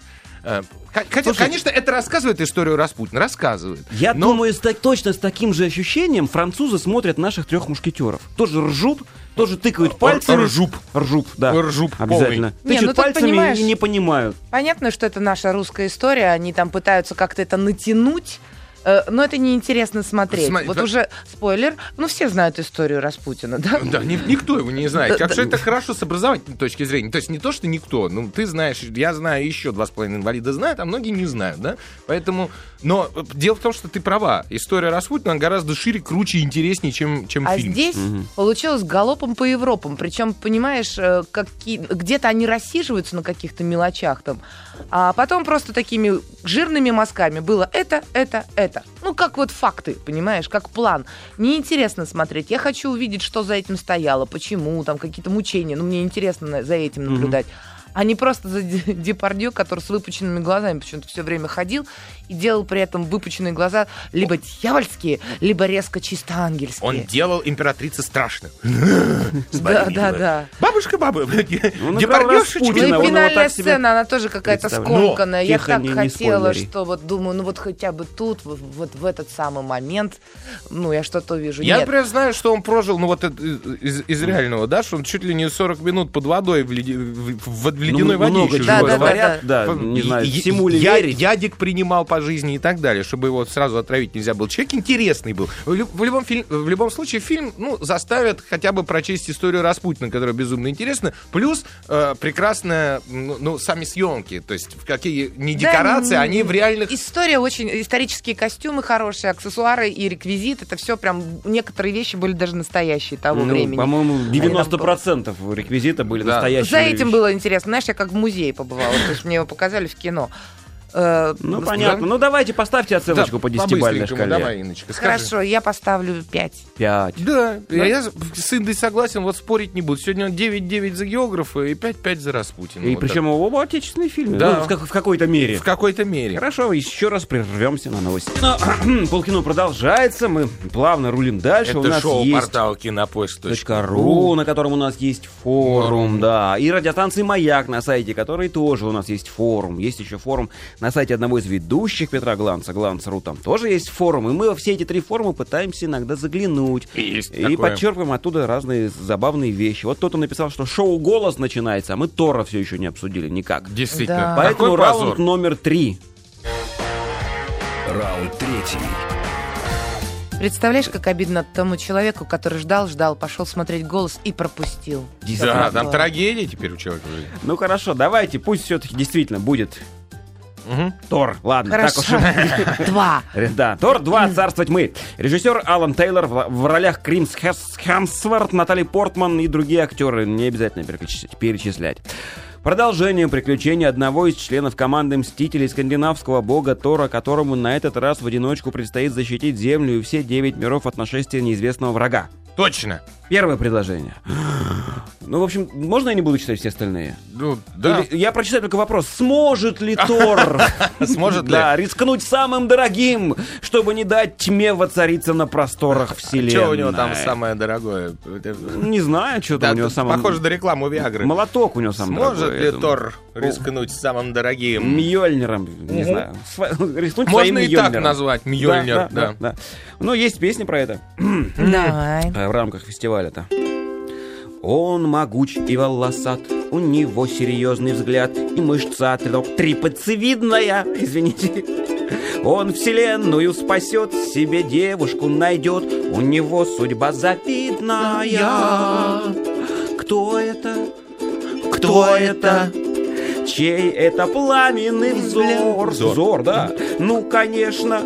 Speaker 3: Э, ко- Хотя, конечно, это рассказывает историю Распутина, рассказывает.
Speaker 1: Я
Speaker 3: Но-
Speaker 1: думаю, с так- точно с таким же ощущением французы смотрят наших трех мушкетеров. Тоже ржут, тоже тыкают пальцами.
Speaker 3: ржуп.
Speaker 1: Ржуп, да.
Speaker 3: Ржуп
Speaker 1: Обязательно.
Speaker 2: Не, ну
Speaker 1: Тычут
Speaker 2: тут
Speaker 1: пальцами
Speaker 2: понимаешь-
Speaker 1: и не понимают.
Speaker 2: Понятно, что это наша русская история. Они там пытаются как-то это натянуть э, но это неинтересно смотреть.
Speaker 3: Смотри,
Speaker 2: вот
Speaker 3: да.
Speaker 2: уже спойлер, ну все знают историю Распутина, да?
Speaker 3: Да, ни- никто его не знает. Как
Speaker 2: Да,
Speaker 3: же
Speaker 2: да.
Speaker 3: это хорошо с образовательной точки зрения. То есть не то, что никто. Ну, ты знаешь, я знаю, еще два с половиной инвалида знают, а многие не знают, да? Поэтому... Но э, дело в том, что ты права. История Распутина она гораздо шире, круче и интереснее, чем, чем
Speaker 2: А
Speaker 3: фильм.
Speaker 2: здесь
Speaker 1: Мгм.
Speaker 2: получилось галопом по Европам. Причем, понимаешь, э, какие, где-то они рассиживаются на каких-то мелочах там. А потом просто такими жирными мазками было это, это, это. Ну, как вот факты, понимаешь, как план. Неинтересно смотреть. Я хочу увидеть, что за этим стояло, почему, там какие-то мучения. Ну, мне интересно на- за этим
Speaker 1: Мгм.
Speaker 2: наблюдать. А не просто за Ди- Депардье, который с выпученными глазами почему-то все время ходил и делал при этом выпученные глаза либо дьявольские, либо резко чисто ангельские.
Speaker 3: Он делал императрица страшно.
Speaker 2: Да, да, да.
Speaker 3: Бабушка, баба,
Speaker 1: Он играл
Speaker 3: Депардешечка.
Speaker 1: Путина,
Speaker 2: ну
Speaker 1: он его
Speaker 2: и финальная
Speaker 1: так себе
Speaker 2: сцена, она тоже какая-то
Speaker 1: представлял.
Speaker 2: скомканная.
Speaker 1: Но,
Speaker 2: Я
Speaker 1: тихо,
Speaker 2: так
Speaker 1: не- не
Speaker 2: хотела,
Speaker 1: спойлери.
Speaker 2: что вот думаю, ну вот хотя бы тут, в- вот в этот самый момент, ну я что-то вижу.
Speaker 3: Я,
Speaker 2: Нет.
Speaker 3: например, знаю, что он прожил, ну вот это из, из реального, да, что он чуть ли не 40 минут под водой в, леди- в- в- в ледяной
Speaker 1: Ну,
Speaker 3: воде
Speaker 1: много
Speaker 3: еще
Speaker 1: чего
Speaker 2: Да,
Speaker 3: живой.
Speaker 2: да, да,
Speaker 1: говорят, да, не
Speaker 3: И-
Speaker 1: знаю,
Speaker 3: и-
Speaker 1: всему ли
Speaker 3: я-
Speaker 1: верить.
Speaker 3: Ядик принимал по жизни и так далее, чтобы его сразу отравить нельзя было. Человек интересный был. В, лю- в любом, фильм, в любом случае фильм ну, заставят хотя бы прочесть историю Распутина, которая безумно интересна, плюс э, прекрасная, ну, ну, сами съемки, то есть в какие не
Speaker 2: Да,
Speaker 3: декорации,
Speaker 2: м,
Speaker 3: они в реальных...
Speaker 2: История очень... Исторические костюмы хорошие, аксессуары и реквизит. Это все прям... Некоторые вещи были даже настоящие того
Speaker 1: Ну,
Speaker 2: времени.
Speaker 1: По-моему,
Speaker 2: Они там
Speaker 1: 90% реквизита были
Speaker 3: Да.
Speaker 1: настоящие.
Speaker 2: За этим
Speaker 1: вещи.
Speaker 2: было интересно. Знаешь, я как в музее побывала, потому что мне его показали в кино. Э,
Speaker 1: Ну, понятно. Ну, давайте поставьте оценочку по 10-бальной
Speaker 3: по-быстренькому.
Speaker 1: шкале.
Speaker 3: Давай, Инночка, скажи.
Speaker 2: Хорошо, я поставлю 5.
Speaker 1: 5.
Speaker 3: Да, я с- с Индой согласен, вот спорить не буду. Сегодня он 9-9 за географа и 5-5 за Распутина.
Speaker 1: И
Speaker 3: Вот
Speaker 1: причем оба отечественные фильмы.
Speaker 3: Да.
Speaker 1: Ну, в, как- в какой-то мере.
Speaker 3: так. в какой-то мере.
Speaker 1: Хорошо, еще раз прервемся на новости. Но, полкино продолжается, мы плавно рулим дальше. У нас есть .ру, на котором у нас есть форум, да. И радиостанции «Маяк» на сайте, который тоже у нас есть форум. Есть еще форум на сайте одного из ведущих Петра Гланца, Гланца.ру, там тоже есть форум. И мы во все эти три форума пытаемся иногда заглянуть.
Speaker 3: Есть
Speaker 1: И
Speaker 3: такое.
Speaker 1: подчеркиваем оттуда разные забавные вещи. Вот кто-то написал, что шоу «Голос» начинается, а мы Тора все еще не обсудили никак.
Speaker 2: Да.
Speaker 3: Действительно.
Speaker 1: Поэтому
Speaker 3: Такой позор.
Speaker 1: раунд номер три.
Speaker 4: Раунд третий.
Speaker 2: Представляешь, как обидно тому человеку, который ждал, ждал, пошел смотреть голос и пропустил.
Speaker 3: Да,
Speaker 2: Такое
Speaker 3: там
Speaker 2: было.
Speaker 3: трагедия теперь у человека. в жизни.
Speaker 1: Ну хорошо, давайте, пусть все-таки действительно будет
Speaker 3: Мгм.
Speaker 1: Тор. Ладно, так уж
Speaker 2: Хорошо.
Speaker 1: и-
Speaker 2: Два.
Speaker 1: Да, Тор 2, Царство тьмы. Режиссер Алан Тейлор в, в ролях Кримс Хес- Хемсворт, Натали Портман и другие актеры. Не обязательно перечислять. перечислять. Продолжение приключений одного из членов команды Мстителей скандинавского бога Тора, которому на этот раз в одиночку предстоит защитить Землю и все девять миров от нашествия неизвестного врага.
Speaker 3: Точно.
Speaker 1: Первое предложение. Ну, в общем, можно я не буду читать все остальные?
Speaker 3: Ну, да.
Speaker 1: Или- я прочитаю только вопрос, сможет ли Тор
Speaker 3: Сможет ли?
Speaker 1: да, рискнуть самым дорогим, чтобы не дать тьме воцариться на просторах вселенной?
Speaker 3: Что А у него там самое дорогое? Это-
Speaker 1: Не знаю, что
Speaker 3: Да,
Speaker 1: там у него
Speaker 3: тут
Speaker 1: самое...
Speaker 3: Похоже на рекламу Виагры.
Speaker 1: Молоток у него самый
Speaker 3: Сможет
Speaker 1: дорогой, я
Speaker 3: ли
Speaker 1: думаю.
Speaker 3: Тор рискнуть самым дорогим?
Speaker 1: Мьёльниром, не
Speaker 3: Мгм.
Speaker 1: знаю. Сво- Рискнуть своим
Speaker 3: Можно и так
Speaker 1: Мьёльниром.
Speaker 3: назвать. Мьёльнир, да.
Speaker 1: да. Но есть песня про это.
Speaker 2: Давай. Ну
Speaker 1: А, в рамках фестиваля-то. Он могуч и волосат, у него серьезный взгляд и мышца трёх трипецевидная, извините. Он вселенную спасет, себе девушку найдет, у него судьба завидная. Кто это? Кто это? Чей это пламенный взор? Ну,
Speaker 3: Взор.
Speaker 1: Взор, да. Ну, конечно,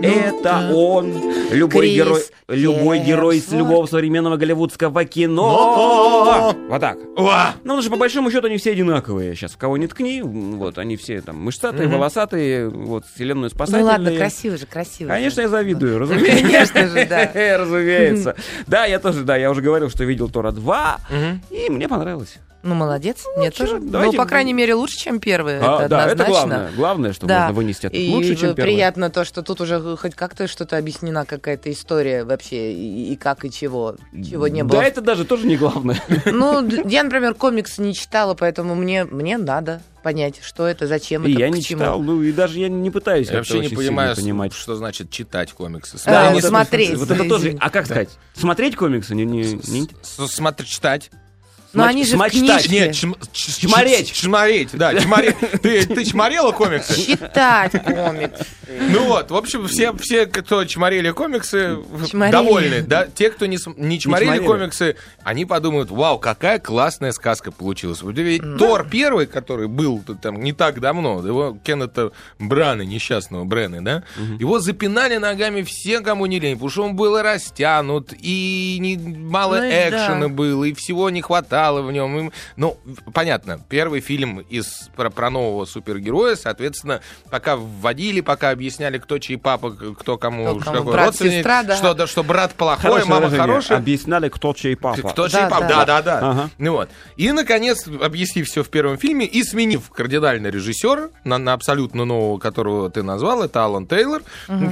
Speaker 1: это он. Любой
Speaker 2: Крис
Speaker 1: герой, любой герой из
Speaker 2: Хемсворт.
Speaker 1: любого современного голливудского кино.
Speaker 3: Но!
Speaker 1: Вот так.
Speaker 3: Уа!
Speaker 1: Ну, он же по большому счету они все одинаковые. Сейчас в кого не ткни, вот они все там мышцатые,
Speaker 3: Мгм.
Speaker 1: волосатые, вот вселенную спасатели.
Speaker 2: Ну ладно, красиво же, красиво. же.
Speaker 1: Конечно, я завидую, разумеется.
Speaker 2: Конечно же, да.
Speaker 1: Разумеется. Да, я тоже, да, я уже говорил, что видел Тора 2,
Speaker 3: Мгм.
Speaker 1: и мне понравилось.
Speaker 2: Ну, молодец. Мне
Speaker 1: чё,
Speaker 2: тоже. Ну,
Speaker 1: давайте-
Speaker 2: по крайней мере, лучше, чем первые.
Speaker 1: А,
Speaker 2: Это
Speaker 1: да, это
Speaker 2: однозначно.
Speaker 1: главное. Главное, что
Speaker 2: Да.
Speaker 1: можно вынести оттуда.
Speaker 2: И
Speaker 1: лучше, чем первое.
Speaker 2: приятно то, что тут уже хоть как-то что-то объяснена, какая-то история вообще, и, и как, и чего, чего не было.
Speaker 1: Да, это даже тоже не главное.
Speaker 2: Ну, д- я, например, комиксы не читала, поэтому мне, мне надо понять, что это, зачем
Speaker 1: И
Speaker 2: это,
Speaker 1: я
Speaker 2: к
Speaker 1: не
Speaker 2: чему.
Speaker 1: читал, ну и даже я не пытаюсь
Speaker 3: Я вообще
Speaker 1: как-то
Speaker 3: не
Speaker 1: очень
Speaker 3: понимаю,
Speaker 1: сильно понимать.
Speaker 3: что значит читать комиксы.
Speaker 2: Да, вот
Speaker 3: Смотри,
Speaker 1: это-
Speaker 2: А, смотреть,
Speaker 1: Вот это тоже.
Speaker 2: извини.
Speaker 1: А как сказать? Смотреть комиксы? Не, не,
Speaker 3: с-
Speaker 1: не-
Speaker 3: с- смотр- читать.
Speaker 2: Но
Speaker 1: Мач-
Speaker 2: они же в
Speaker 1: мачтать.
Speaker 2: книжке.
Speaker 3: Нет, чм- ч-
Speaker 1: Чмореть.
Speaker 3: ч- Чмореть, да, чмореть. Ты, ты чморела комиксы?
Speaker 2: Читать комиксы.
Speaker 3: Ну вот, в общем, все, все кто чморели комиксы, в-
Speaker 2: Чморили.
Speaker 3: довольны. Да? Те, кто не, см- не чморели
Speaker 1: чморили.
Speaker 3: комиксы, они подумают, вау, какая классная сказка получилась. Вот Ведь Тор первый, который был т- там не так давно, его Кеннета Брана, несчастного Брена, да, его запинали ногами все, кому не лень, потому что он был и растянут, и не- мало
Speaker 2: Ну и да.
Speaker 3: экшена было, и всего не хватало в нем. Им- Ну, в- понятно, первый фильм из про, про нового супергероя, соответственно, пока вводили, пока объясняли, кто чей папа, к- кто кому,
Speaker 2: Кто кому,
Speaker 3: какой
Speaker 2: брат,
Speaker 3: родственник,
Speaker 2: сестра, да.
Speaker 3: что, да, что брат плохой, мама
Speaker 1: выражение.
Speaker 3: хорошая.
Speaker 1: Объясняли, кто чей папа.
Speaker 3: Кто чей
Speaker 2: Да,
Speaker 3: папа?
Speaker 2: да.
Speaker 3: Да, да, да.
Speaker 1: Ага.
Speaker 3: Ну вот. И, наконец, объяснив все в первом фильме и сменив кардинально режиссера на, на абсолютно нового, которого ты назвал, это Алан Тейлор,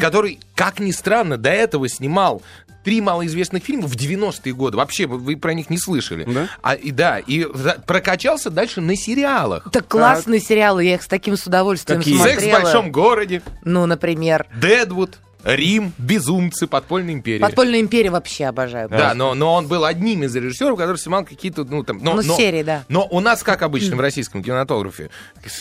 Speaker 3: который, как ни странно, до этого снимал три малоизвестных фильма в 90-е годы. Вообще, вы, вы про них не слышали.
Speaker 1: Да?
Speaker 3: А, и, да, и за- прокачался дальше на сериалах.
Speaker 2: Это классные сериалы, я их с таким с удовольствием
Speaker 1: Какие?
Speaker 2: смотрела.
Speaker 3: «Секс в большом городе»,
Speaker 2: Ну, например,
Speaker 3: «Дедвуд», «Рим», «Безумцы», «Подпольная империя».
Speaker 2: «Подпольная империя» вообще обожаю.
Speaker 3: Да, но, но он был одним из режиссеров, который снимал какие-то, ну, там... Но,
Speaker 2: Ну,
Speaker 3: но-
Speaker 2: серии, да.
Speaker 3: Но у нас, как обычно, в российском кинематографе,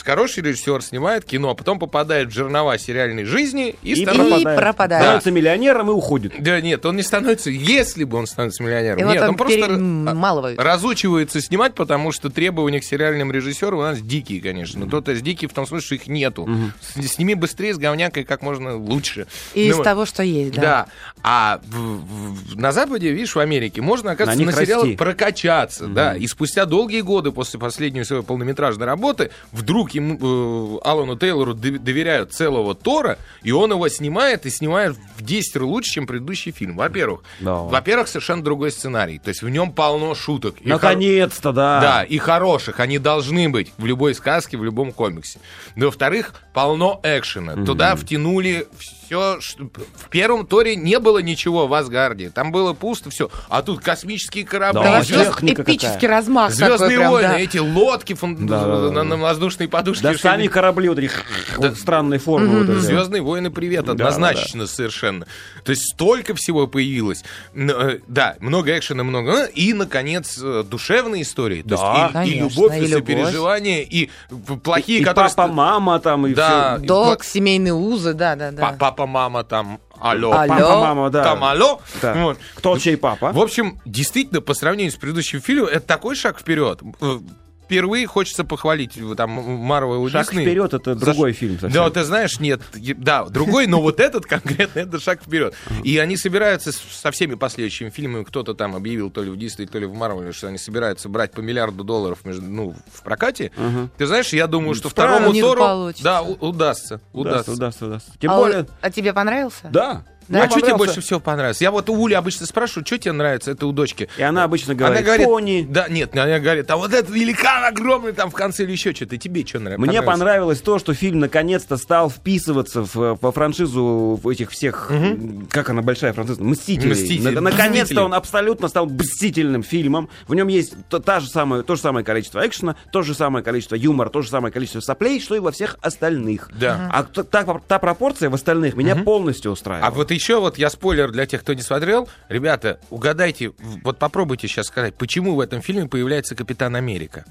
Speaker 3: хороший режиссер снимает кино, а потом попадает в жернова сериальной жизни и,
Speaker 1: И
Speaker 2: И
Speaker 3: становится...
Speaker 1: пропадает.
Speaker 2: пропадает.
Speaker 1: Становится миллионером и уходит.
Speaker 3: Да нет, он не становится, если бы он становится миллионером.
Speaker 2: И вот
Speaker 3: нет,
Speaker 2: там
Speaker 3: он ну просто
Speaker 2: перемалывают.
Speaker 3: ра- разучивается снимать, потому что требования к сериальным режиссерам у нас дикие, конечно. Но то-то есть дикие в том смысле, что их нету. С- Сними быстрее с говнякой как можно лучше.
Speaker 2: И
Speaker 3: Ну
Speaker 2: из
Speaker 3: вот.
Speaker 2: того, что есть,
Speaker 3: Да.
Speaker 2: да.
Speaker 3: А в- в- на Западе, видишь, в Америке можно, оказывается,
Speaker 1: них
Speaker 3: на, сериалах
Speaker 1: расти.
Speaker 3: прокачаться, да. И спустя долгие годы после последней своей полнометражной работы вдруг ему, э, Алану Тейлору д- доверяют целого Тора, и он его снимает, и снимает в 10 раз лучше, чем предыдущий фильм. Во-первых.
Speaker 1: Да.
Speaker 3: Во-первых, совершенно другой сценарий. То есть в нем полно шуток. И хоро-
Speaker 1: Наконец-то, да.
Speaker 3: да, и хороших. Они должны быть в любой сказке, в любом комиксе. Но, Во-вторых, полно экшена. Туда втянули все. В первом Торе не было ничего в Асгарде. Там было пусто все. А тут космические корабли.
Speaker 1: Да,
Speaker 2: Да,
Speaker 1: вообще
Speaker 2: вообще
Speaker 3: звезд-
Speaker 1: техника
Speaker 2: эпический
Speaker 1: какая.
Speaker 2: размах такой
Speaker 3: Звездные
Speaker 2: прям,
Speaker 3: войны,
Speaker 2: да.
Speaker 3: эти лодки фун-
Speaker 1: Да, да, да.
Speaker 3: на, на воздушной подушке.
Speaker 1: Да
Speaker 3: что
Speaker 1: сами
Speaker 3: они-
Speaker 1: корабли вот эти вот странной формы. вот эти.
Speaker 3: Звездные войны, привет,
Speaker 1: Да,
Speaker 3: однозначно совершенно. То есть столько всего появилось. Н- э, Да, много экшена, много. э, И, наконец, э, душевные истории. То
Speaker 1: Да.
Speaker 3: есть и- и,
Speaker 2: Конечно,
Speaker 3: любовь, и,
Speaker 2: и любовь.
Speaker 3: сопереживание, и в- плохие,
Speaker 1: И
Speaker 3: которые...
Speaker 1: папа, мама там, и
Speaker 3: Да.
Speaker 1: все.
Speaker 2: Долг, семейные узы, да, да,
Speaker 3: Па-
Speaker 2: да.
Speaker 3: Папа, мама, там, алло.
Speaker 2: Алло.
Speaker 1: Папа, мама, да.
Speaker 3: Там, алло.
Speaker 1: Да. А?
Speaker 3: Вот.
Speaker 1: Кто чей папа?
Speaker 3: В общем, действительно, по сравнению с предыдущим фильмом, это такой шаг вперед. Э, Впервые хочется похвалить э, там Марвел и
Speaker 1: Шаг
Speaker 3: Дисней.
Speaker 1: вперед это
Speaker 3: За
Speaker 1: другой
Speaker 3: ш-
Speaker 1: фильм. совсем.
Speaker 3: Да, вот ты знаешь, нет, е- да, другой, но вот этот конкретно, это шаг вперед. И они собираются с- со всеми последующими фильмами, кто-то там объявил, то ли в Дисней, то ли в Марвеле, что они собираются брать по миллиарду долларов между, ну, в прокате. Ты знаешь, я думаю, что
Speaker 2: Правильно,
Speaker 3: второму
Speaker 2: у них
Speaker 3: Тору
Speaker 2: получится.
Speaker 3: да, у- удастся,
Speaker 1: удастся,
Speaker 3: удастся.
Speaker 1: удастся, удастся. Тем
Speaker 2: а,
Speaker 1: более,
Speaker 2: у- а тебе понравился?
Speaker 1: да.
Speaker 2: Да.
Speaker 1: Мне
Speaker 3: а что тебе
Speaker 1: понравился.
Speaker 3: больше всего понравилось? Я вот у Ули обычно спрашиваю, что тебе нравится, это у дочки.
Speaker 1: И она обычно говорит, «Пони».
Speaker 3: Да, нет, она говорит, а вот этот великан огромный там в конце или еще что-то. Тебе что нравится?
Speaker 1: Мне понравилось то, что фильм наконец-то стал вписываться в, по франшизу в этих всех, м, как она большая франшиза, Мстители.
Speaker 3: «Мстители».
Speaker 1: На- наконец-то
Speaker 3: «Мстители».
Speaker 1: он абсолютно стал мстительным фильмом. В нем есть то, та же самая, то же самое количество экшена, то же самое количество юмора, то же самое количество соплей, что и во всех остальных.
Speaker 3: Да.
Speaker 1: А т- та, та пропорция в остальных меня полностью устраивает.
Speaker 3: А вот еще вот я спойлер для тех, кто не смотрел. Ребята, угадайте, в- вот попробуйте сейчас сказать, почему в этом фильме появляется Капитан Америка?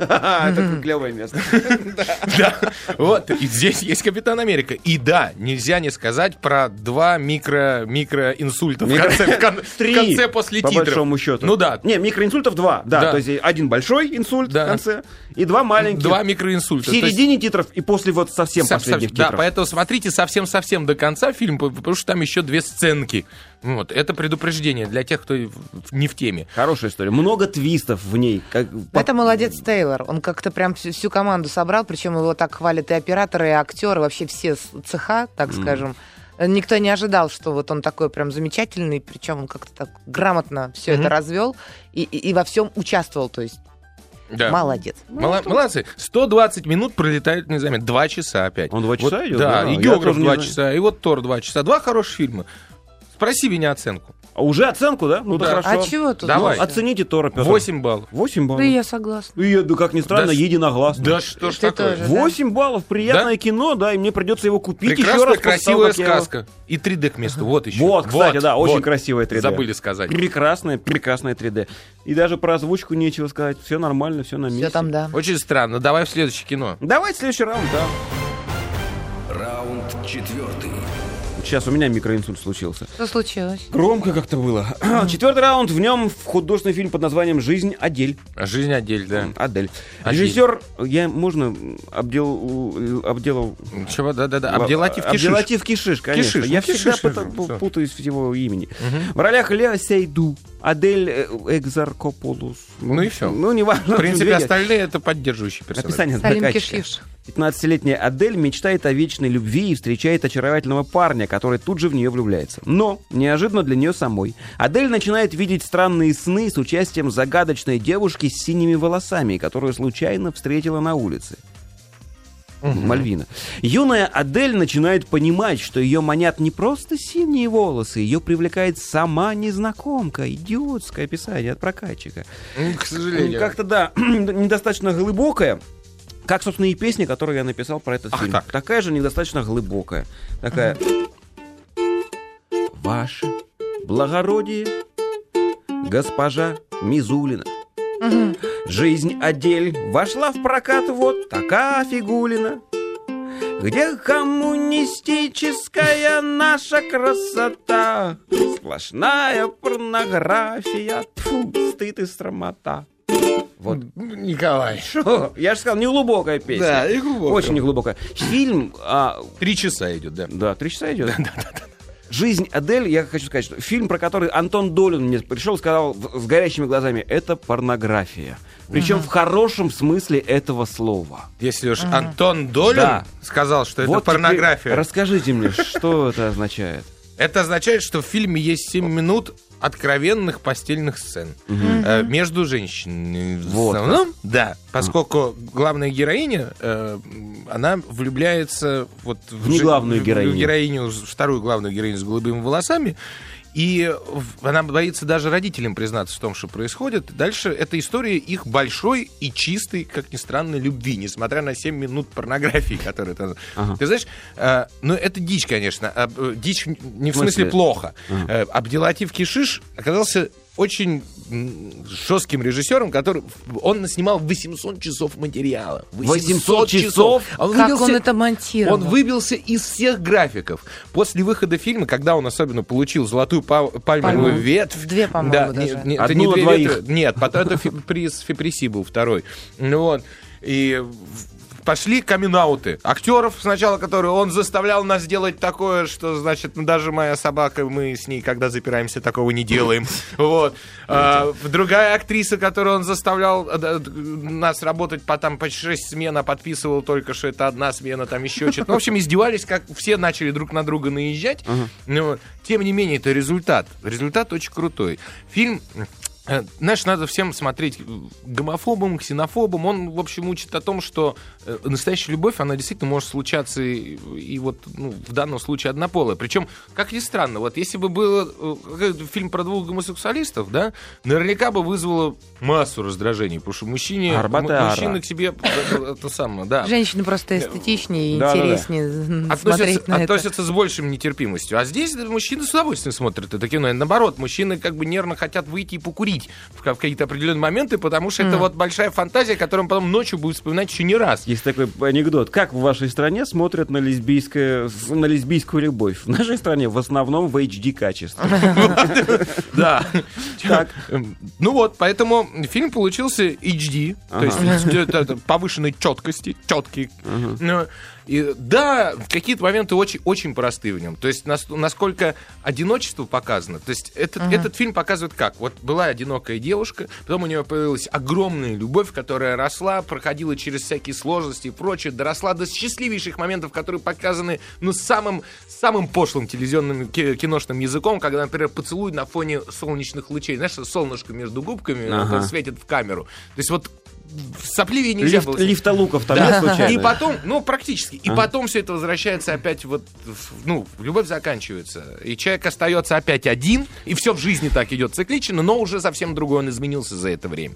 Speaker 1: Это клевое место.
Speaker 3: Да, вот, и здесь есть Капитан Америка. И да, нельзя не сказать про два микро, микроинсульта в
Speaker 1: Микро-
Speaker 3: конце, в кон- в
Speaker 1: Три,
Speaker 3: конце после
Speaker 1: по
Speaker 3: титров.
Speaker 1: большому счету.
Speaker 3: Ну да,
Speaker 1: Не, микроинсультов два. Да,
Speaker 3: Да.
Speaker 1: то есть один большой инсульт
Speaker 3: Да.
Speaker 1: в конце и два маленьких.
Speaker 3: два микроинсульта.
Speaker 1: В
Speaker 3: То есть-
Speaker 1: середине титров и после вот совсем
Speaker 3: Сам-
Speaker 1: последних
Speaker 3: сам-
Speaker 1: титров.
Speaker 3: Да, поэтому смотрите совсем-совсем до конца фильм, по- потому что там еще две сценки. Вот, это предупреждение для тех, кто в- в- не в теме.
Speaker 1: Хорошая история. Много твистов в ней. Как...
Speaker 2: Это молодец Тейлор. Он как-то прям всю, всю команду собрал, причем его так хвалят и операторы, и актеры, вообще все с- цеха, так скажем. Никто не ожидал, что вот он такой прям замечательный, причем он как-то так грамотно все это развел и, и- и во всем участвовал, то есть
Speaker 3: Да.
Speaker 2: молодец.
Speaker 3: Мала- Молодцы. 120 минут пролетают незаметно. Два часа опять.
Speaker 1: Он два часа
Speaker 3: Вот,
Speaker 1: идет?
Speaker 3: Да,
Speaker 1: Да,
Speaker 3: и
Speaker 1: я
Speaker 3: «Географ»
Speaker 1: тоже не
Speaker 3: два
Speaker 1: знаю.
Speaker 3: часа, и вот Тор два часа. Два хороших фильма. Спроси меня оценку.
Speaker 1: А уже оценку, да? Ну, да,
Speaker 3: да.
Speaker 1: хорошо.
Speaker 2: А чего тут?
Speaker 3: Давай.
Speaker 2: вообще?
Speaker 1: Оцените Тора, Петр.
Speaker 3: 8 баллов.
Speaker 1: 8
Speaker 2: Да
Speaker 1: баллов.
Speaker 2: я согласна.
Speaker 1: И я, да как ни странно,
Speaker 3: Да с-
Speaker 1: единогласно.
Speaker 3: что
Speaker 2: ж Ты такое? тоже.
Speaker 1: 8 баллов, приятное кино, да, и мне придется его купить еще
Speaker 3: Прекрасная,
Speaker 1: раз. после того,
Speaker 3: красивая
Speaker 1: как я его-
Speaker 3: сказка. И 3D к месту. Вот еще.
Speaker 1: Вот, кстати, да, очень
Speaker 3: вот.
Speaker 1: красивая 3D.
Speaker 3: Забыли сказать.
Speaker 1: Прекрасная, прекрасная 3D. И даже про озвучку нечего сказать. Все нормально, все на месте.
Speaker 2: Все там, да.
Speaker 3: Очень странно. Давай в следующее кино.
Speaker 1: Давайте следующий раунд, да.
Speaker 4: Раунд четвертый.
Speaker 1: Сейчас у меня микроинсульт случился.
Speaker 2: Что случилось?
Speaker 1: Громко как-то было. Четвертый раунд. В нем художественный фильм под названием «Жизнь Адель».
Speaker 3: Жизнь отдель, да.
Speaker 1: Адель.
Speaker 3: Адель.
Speaker 1: Режиссер, я можно обдел, обделал...
Speaker 3: Чего, да-да-да. Обделатив кишиш.
Speaker 1: Обделатив Кишиш, конечно.
Speaker 3: Кишиш,
Speaker 1: я
Speaker 3: ну, Кишиш
Speaker 1: всегда
Speaker 3: же,
Speaker 1: пыта- пу-
Speaker 3: всё.
Speaker 1: путаюсь в его имени. В ролях Лео Сейду, Адель э, Экзаркопулус.
Speaker 3: Ну и всё.
Speaker 1: Ну, неважно.
Speaker 3: В принципе,
Speaker 1: Видите?
Speaker 3: остальные это поддерживающие персонажи.
Speaker 1: Описание
Speaker 2: Салим
Speaker 1: заказчика.
Speaker 2: Кишиш.
Speaker 1: 15-летняя Адель мечтает о вечной любви и встречает очаровательного парня, который тут же в нее влюбляется. Но, неожиданно для нее самой, Адель начинает видеть странные сны с участием загадочной девушки с синими волосами, которую случайно встретила на улице. Мальвина. Юная Адель начинает понимать, что ее манят не просто синие волосы, ее привлекает сама незнакомка. Идиотское описание от прокатчика.
Speaker 3: М, К сожалению.
Speaker 1: Как-то, да, недостаточно глубокая. Как, собственно, и песня, которую я написал про этот
Speaker 3: Ах,
Speaker 1: фильм.
Speaker 3: так.
Speaker 1: Такая же недостаточно глубокая. Такая... Ваше благородие, госпожа Мизулина. Жизнь отдель вошла в прокат, вот такая фигулина. Где коммунистическая наша красота? Сплошная порнография, тьфу, стыд и срамота. Вот.
Speaker 3: Николай.
Speaker 1: Шо? Я же сказал, неглубокая песня.
Speaker 3: Да, и глубоко.
Speaker 1: Очень неглубокая. Фильм, а,
Speaker 3: Три часа идет, да.
Speaker 1: да, три часа идет. Жизнь Адель, я хочу сказать, что фильм, про который Антон Долин мне пришел и сказал в- с горящими глазами, это порнография. Причем в хорошем смысле этого слова.
Speaker 3: Если уж Антон Долин
Speaker 1: Да.
Speaker 3: сказал, что это
Speaker 1: Вот теперь
Speaker 3: порнография,
Speaker 1: Расскажите мне, что это означает.
Speaker 3: это означает, что в фильме есть 7 минут откровенных постельных сцен э, между женщинами. В
Speaker 1: Вот
Speaker 3: основном, да, поскольку главная героиня, э, она влюбляется вот в
Speaker 1: Не
Speaker 3: жен-
Speaker 1: главную
Speaker 3: в- в
Speaker 1: героиню.
Speaker 3: героиню, с- вторую главную героиню с голубыми волосами. И в- она боится даже родителям признаться в том, что происходит. Дальше это история их большой и чистой, как ни странно, любви, несмотря на 7 минут порнографии, которые там...
Speaker 1: Ага.
Speaker 3: Ты знаешь, э, ну это дичь, конечно. а, э, Дичь не в
Speaker 1: В смысле?
Speaker 3: смысле плохо. Э, Абделатив Кишиш оказался очень м, жестким режиссером, который... Он снимал 800 часов материала.
Speaker 1: 800 часов?
Speaker 3: А он
Speaker 2: Как
Speaker 3: выбился-
Speaker 2: он это монтировал?
Speaker 3: он выбился из всех графиков. После выхода фильма, когда он особенно получил золотую па- пальмовую
Speaker 2: Пальму.
Speaker 3: ветвь.
Speaker 2: Две, по-моему,
Speaker 3: да,
Speaker 2: даже.
Speaker 3: не- не- это
Speaker 1: Одну
Speaker 3: не
Speaker 1: на
Speaker 3: две
Speaker 1: двоих.
Speaker 3: ветви. Нет, потом это фи- приз Фиприси был второй. Ну вот. И в- пошли камин-ауты. Актеров сначала, которые он заставлял нас делать такое, что, значит, ну, даже моя собака, мы с ней, когда запираемся, такого не делаем. Вот. А, другая актриса, которую он заставлял э, да, д- нас работать по там по 6 смен, а подписывал только, что это одна смена, там еще что-то. Ну, В общем, издевались, как все начали друг на друга наезжать. Но, Ну, тем не менее, это результат. Результат очень крутой. Фильм Э, Знаешь, надо всем смотреть э, гомофобом, ксенофобом. Он, в общем, учит о том, что э, настоящая любовь, она действительно может случаться и, и вот ну, в данном случае однополая. Причем, как ни странно, вот если бы был фильм про двух гомосексуалистов, да, наверняка бы вызвало массу раздражений, потому что мужчине,
Speaker 1: Арбатара.
Speaker 3: м- мужчина к себе э, э, это самое, да.
Speaker 2: Женщины просто эстетичнее и
Speaker 1: Да, да, да.
Speaker 2: интереснее
Speaker 3: Относятся,
Speaker 2: смотреть на это.
Speaker 3: относятся с большим нетерпимостью. А здесь да, мужчины с удовольствием смотрят это кино. И наоборот, мужчины как бы нервно хотят выйти и покурить в ка- в какие-то определенные моменты, потому что это вот большая фантазия, которую он потом ночью будет вспоминать еще не раз.
Speaker 1: Есть такой анекдот. Как в вашей стране смотрят на, лесбийское, с- на лесбийскую любовь? В нашей стране в основном в HD качестве.
Speaker 3: Да.
Speaker 1: Так.
Speaker 3: Эм, Ну вот, поэтому фильм получился HD, то
Speaker 1: Ага.
Speaker 3: есть э, это- это повышенной четкости, четкий. Ну, и Да, какие-то моменты очень, очень простые в нем. То есть нас- насколько одиночество показано. То есть этот, этот фильм показывает как. Вот была одинокая девушка, потом у нее появилась огромная любовь, которая росла, проходила через всякие сложности и прочее, доросла до счастливейших моментов, которые показаны ну, самым, самым пошлым телевизионным ки- киношным языком, когда, например, поцелуй на фоне солнечных лучей. Знаешь, солнышко между губками
Speaker 1: Ага.
Speaker 3: вот, светит в камеру. То есть вот сопливее нельзя
Speaker 1: Лифт,
Speaker 3: было.
Speaker 1: лифтолуков там
Speaker 3: Да.
Speaker 1: нет случайно?
Speaker 3: И потом, ну, практически. И
Speaker 1: А.
Speaker 3: потом все это возвращается опять вот, в- ну, любовь заканчивается. И человек остается опять один, и все в жизни так идет циклично, но уже совсем другой он изменился за это время.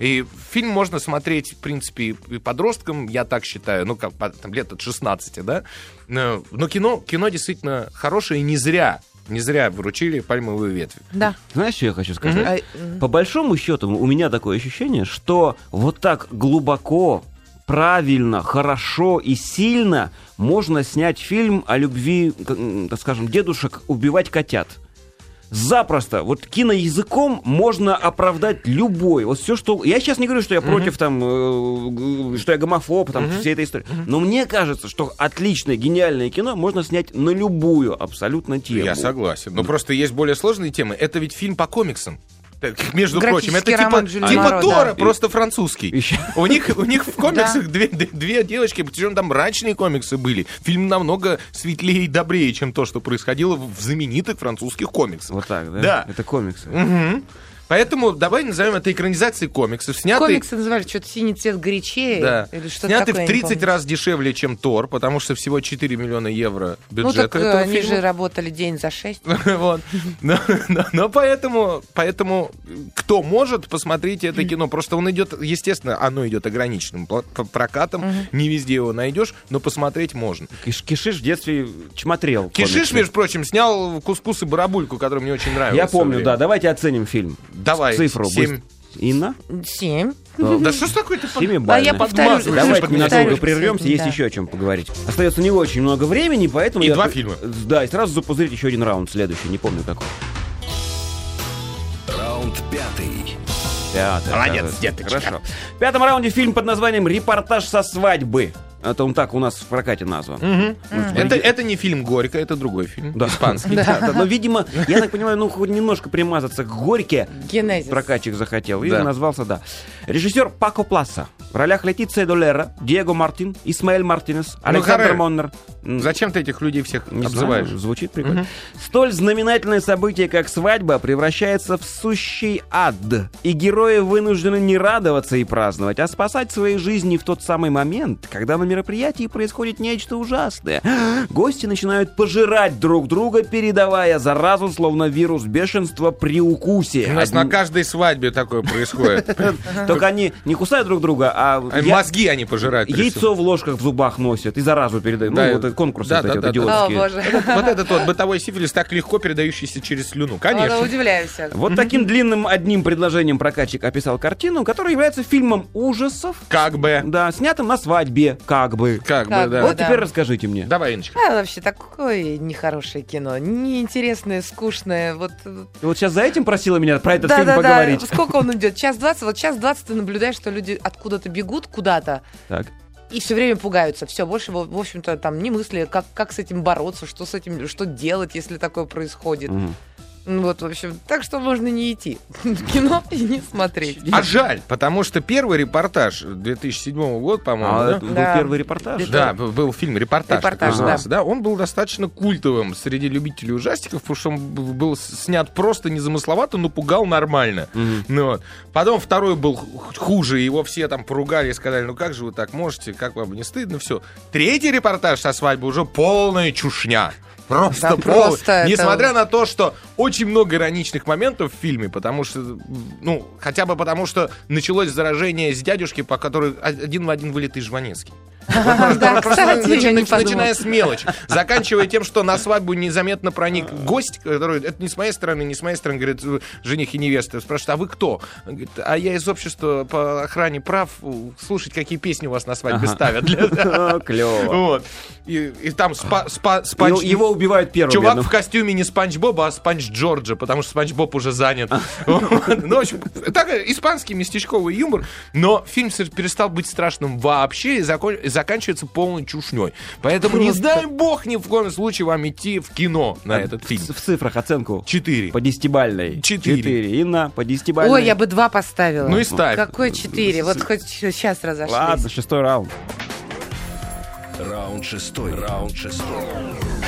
Speaker 3: И фильм можно смотреть, в принципе, и подросткам, я так считаю, ну, как по- там, лет от 16, да. Но, но кино, кино действительно хорошее, и не зря, не зря вручили пальмовую ветвь.
Speaker 2: Да.
Speaker 1: Знаешь, что я хочу сказать?
Speaker 2: А, м,
Speaker 1: По большому счету, у меня такое ощущение, что вот так глубоко, правильно, хорошо и сильно можно снять фильм о любви, к- м, так скажем, дедушек убивать котят. Запросто, вот киноязыком можно оправдать любой. Вот все, что. Я сейчас не говорю, что я против там, э, г- что я гомофоб, там, всей этой истории. Но мне кажется, что отличное, гениальное кино можно снять на любую абсолютно тему.
Speaker 3: Ну, Я согласен. Но просто есть более сложные темы. Это ведь фильм по комиксам. Так, Между
Speaker 2: Графический
Speaker 3: прочим, это типа,
Speaker 2: роман Жюля Верна,
Speaker 3: типа Тора,
Speaker 1: да.
Speaker 3: просто французский.
Speaker 1: Ещё-
Speaker 3: У них, у них в комиксах
Speaker 2: Да.
Speaker 3: две, две- две девочки, причем там мрачные комиксы были. Фильм намного светлее и добрее, чем то, что происходило в знаменитых французских комиксах.
Speaker 1: Вот так, да?
Speaker 3: Да.
Speaker 1: Это комиксы.
Speaker 3: Мгм. Поэтому давай назовем это экранизацией комиксов, снятой
Speaker 2: Комиксы называли что-то синий цвет горячее
Speaker 3: да.
Speaker 2: или что-то
Speaker 3: Сняты
Speaker 2: такое,
Speaker 3: в
Speaker 2: я не
Speaker 3: 30
Speaker 2: помню.
Speaker 3: раз дешевле, чем Тор, потому что всего 4 миллиона евро
Speaker 2: Ну
Speaker 3: бюджета
Speaker 2: так э,
Speaker 3: этого
Speaker 2: они
Speaker 3: фильма.
Speaker 2: же работали день за шесть.
Speaker 3: Вот. Но, но- но поэтому, поэтому, кто может, посмотрите это кино. Просто он идет, естественно, оно идет ограниченным пла- п- прокатом. Не везде его найдешь, но посмотреть можно.
Speaker 1: Киш- Кишиш в детстве чмотрел.
Speaker 3: Кишиш,
Speaker 1: комиксы.
Speaker 3: между прочим, снял кускус и барабульку, который мне очень нравился.
Speaker 1: Я помню, да. Давайте оценим фильм.
Speaker 3: Давай.
Speaker 1: Цифру.
Speaker 3: семь.
Speaker 1: быстро. Инна?
Speaker 2: Семь.
Speaker 3: Да что ж такое-то? по-
Speaker 2: А я
Speaker 1: Семибальная.
Speaker 2: повторю.
Speaker 3: Подмазывай,
Speaker 1: Ну, Давайте
Speaker 3: Подмазывай.
Speaker 1: ненадолго
Speaker 2: повторю,
Speaker 1: прервемся,
Speaker 2: семь,
Speaker 1: есть
Speaker 2: да.
Speaker 1: еще о чем поговорить. Остается не очень много времени, поэтому...
Speaker 3: И
Speaker 1: я-
Speaker 3: два фильма.
Speaker 1: Да, и сразу запузырить еще один раунд, следующий, не помню какой.
Speaker 4: Раунд пятый.
Speaker 1: Пятый.
Speaker 3: Молодец,
Speaker 1: да,
Speaker 3: деточка.
Speaker 1: Хорошо. В пятом раунде фильм под названием «Репортаж со свадьбы». Это он так у нас в прокате назван.
Speaker 3: Мгм.
Speaker 1: Мгм.
Speaker 3: Это, это не фильм Горько, это другой фильм.
Speaker 1: Да.
Speaker 3: Испанский.
Speaker 1: Да, да, но, видимо, я так понимаю, ну, хоть немножко примазаться к горьке,
Speaker 2: Генезис.
Speaker 1: прокатчик захотел. И
Speaker 3: Да.
Speaker 1: назвался, да. Режиссер Пако Пласа. В ролях Летиция Долера, Диего Мартин, Исмаэль Мартинес, Александр
Speaker 3: Харе.
Speaker 1: Моннер. М,
Speaker 3: Зачем ты этих людей всех
Speaker 1: не
Speaker 3: обзываешь?
Speaker 1: знаю, звучит прикольно. Столь знаменательное событие, как свадьба, превращается в сущий ад. И герои вынуждены не радоваться и праздновать, а спасать свои жизни в тот самый момент, когда на мероприятии происходит нечто ужасное. Гости начинают пожирать друг друга, передавая заразу, словно вирус бешенства при укусе.
Speaker 3: У нас
Speaker 1: Одни-
Speaker 3: на каждой свадьбе такое происходит.
Speaker 1: Только они не кусают друг друга, а
Speaker 3: А
Speaker 1: я-
Speaker 3: Мозги они пожирают. прежде всего.
Speaker 1: яйцо в ложках в зубах носят и заразу передают.
Speaker 3: Да,
Speaker 1: Ну, вот этот конкурс
Speaker 3: да,
Speaker 1: вот эти вот
Speaker 3: да, да, да.
Speaker 2: О,
Speaker 1: идиотские.
Speaker 2: боже.
Speaker 3: Вот этот вот бытовой сифилис, так легко передающийся через слюну.
Speaker 2: Ладно,
Speaker 3: Конечно.
Speaker 2: Удивляюсь. я.
Speaker 1: Вот таким длинным одним предложением прокатчик описал картину, которая является фильмом ужасов,
Speaker 3: Как бы.
Speaker 1: да, снятым на свадьбе, как бы.
Speaker 3: Как бы,
Speaker 2: Как
Speaker 3: да.
Speaker 2: бы.
Speaker 1: Вот
Speaker 2: да.
Speaker 1: теперь расскажите мне.
Speaker 3: Давай, Иночка.
Speaker 2: А, вообще такое нехорошее кино. Неинтересное, скучное. Вот э,
Speaker 1: Ты вот сейчас за этим просила меня про этот фильм
Speaker 2: Да-да-да,
Speaker 1: поговорить.
Speaker 2: сколько он идет? Час двадцать. Вот час двадцать ты наблюдаешь, что люди откуда-то бегут куда-то
Speaker 1: Так.
Speaker 2: и все время пугаются. Все, больше, в в общем-то, там не мысли, как, как с этим бороться, что с этим, что делать, если такое происходит.
Speaker 1: Мгм.
Speaker 2: Ну, Вот, в общем, так что можно не идти в кино и не смотреть.
Speaker 3: А жаль, потому что первый репортаж 2007 года, по-моему,
Speaker 1: А
Speaker 3: Ну, да?
Speaker 1: это был
Speaker 2: Да.
Speaker 1: первый репортаж.
Speaker 3: Да, б- был фильм «Репортаж». так
Speaker 2: Репортаж,
Speaker 3: назывался, да. Он был достаточно культовым среди любителей ужастиков, потому что он б- был с- снят просто незамысловато, но пугал нормально.
Speaker 1: Мгм.
Speaker 3: Ну вот. Потом второй был х- хуже, его все там поругали и сказали, ну как же вы так можете, как вам не стыдно, все. Третий репортаж со свадьбы уже полная чушня. Просто,
Speaker 2: Да,
Speaker 3: полная.
Speaker 2: просто это-
Speaker 3: Несмотря на то, что очень много ироничных моментов в фильме, потому что, ну, хотя бы потому, что началось заражение с дядюшки, по которой о- один в один вылитый Жванецкий.
Speaker 2: Да,
Speaker 3: Просто
Speaker 2: кстати, я
Speaker 3: начи-
Speaker 2: не
Speaker 3: начи-
Speaker 2: подумала.
Speaker 3: начиная с мелочи, заканчивая тем, что на свадьбу незаметно проник
Speaker 1: А.
Speaker 3: гость, который, это не с моей стороны, не с моей стороны, говорит, э, жених и невеста, спрашивает, а вы кто? Он говорит, а я из общества по охране прав, э, слушать, какие песни у вас на свадьбе ставят.
Speaker 1: О, Ну, Клево.
Speaker 3: Вот. И, и там спа, спа-
Speaker 1: Его-
Speaker 3: спанч...
Speaker 1: Его убивают первым.
Speaker 3: Чувак
Speaker 1: я
Speaker 3: в костюме не Спанч Боба, а Спанч Джорджа, потому что Спанч Боб уже занят. Вот. Ну, в общем, так, э, испанский местечковый юмор, но фильм с- перестал быть страшным вообще и закон- и заканчивается полной чушней. Поэтому не дай бог ни в коем случае вам идти в кино на этот фильм.
Speaker 1: В цифрах оценку.
Speaker 3: Четыре.
Speaker 1: По десятибальной.
Speaker 3: Четыре.
Speaker 1: Инна, по десятибальной.
Speaker 2: Ой, я бы два поставила.
Speaker 3: Ну и ставь.
Speaker 2: Какое четыре? Вот хоть сейчас разошлись.
Speaker 1: Ладно, шестой раунд.
Speaker 4: Раунд шестой. Раунд шестой.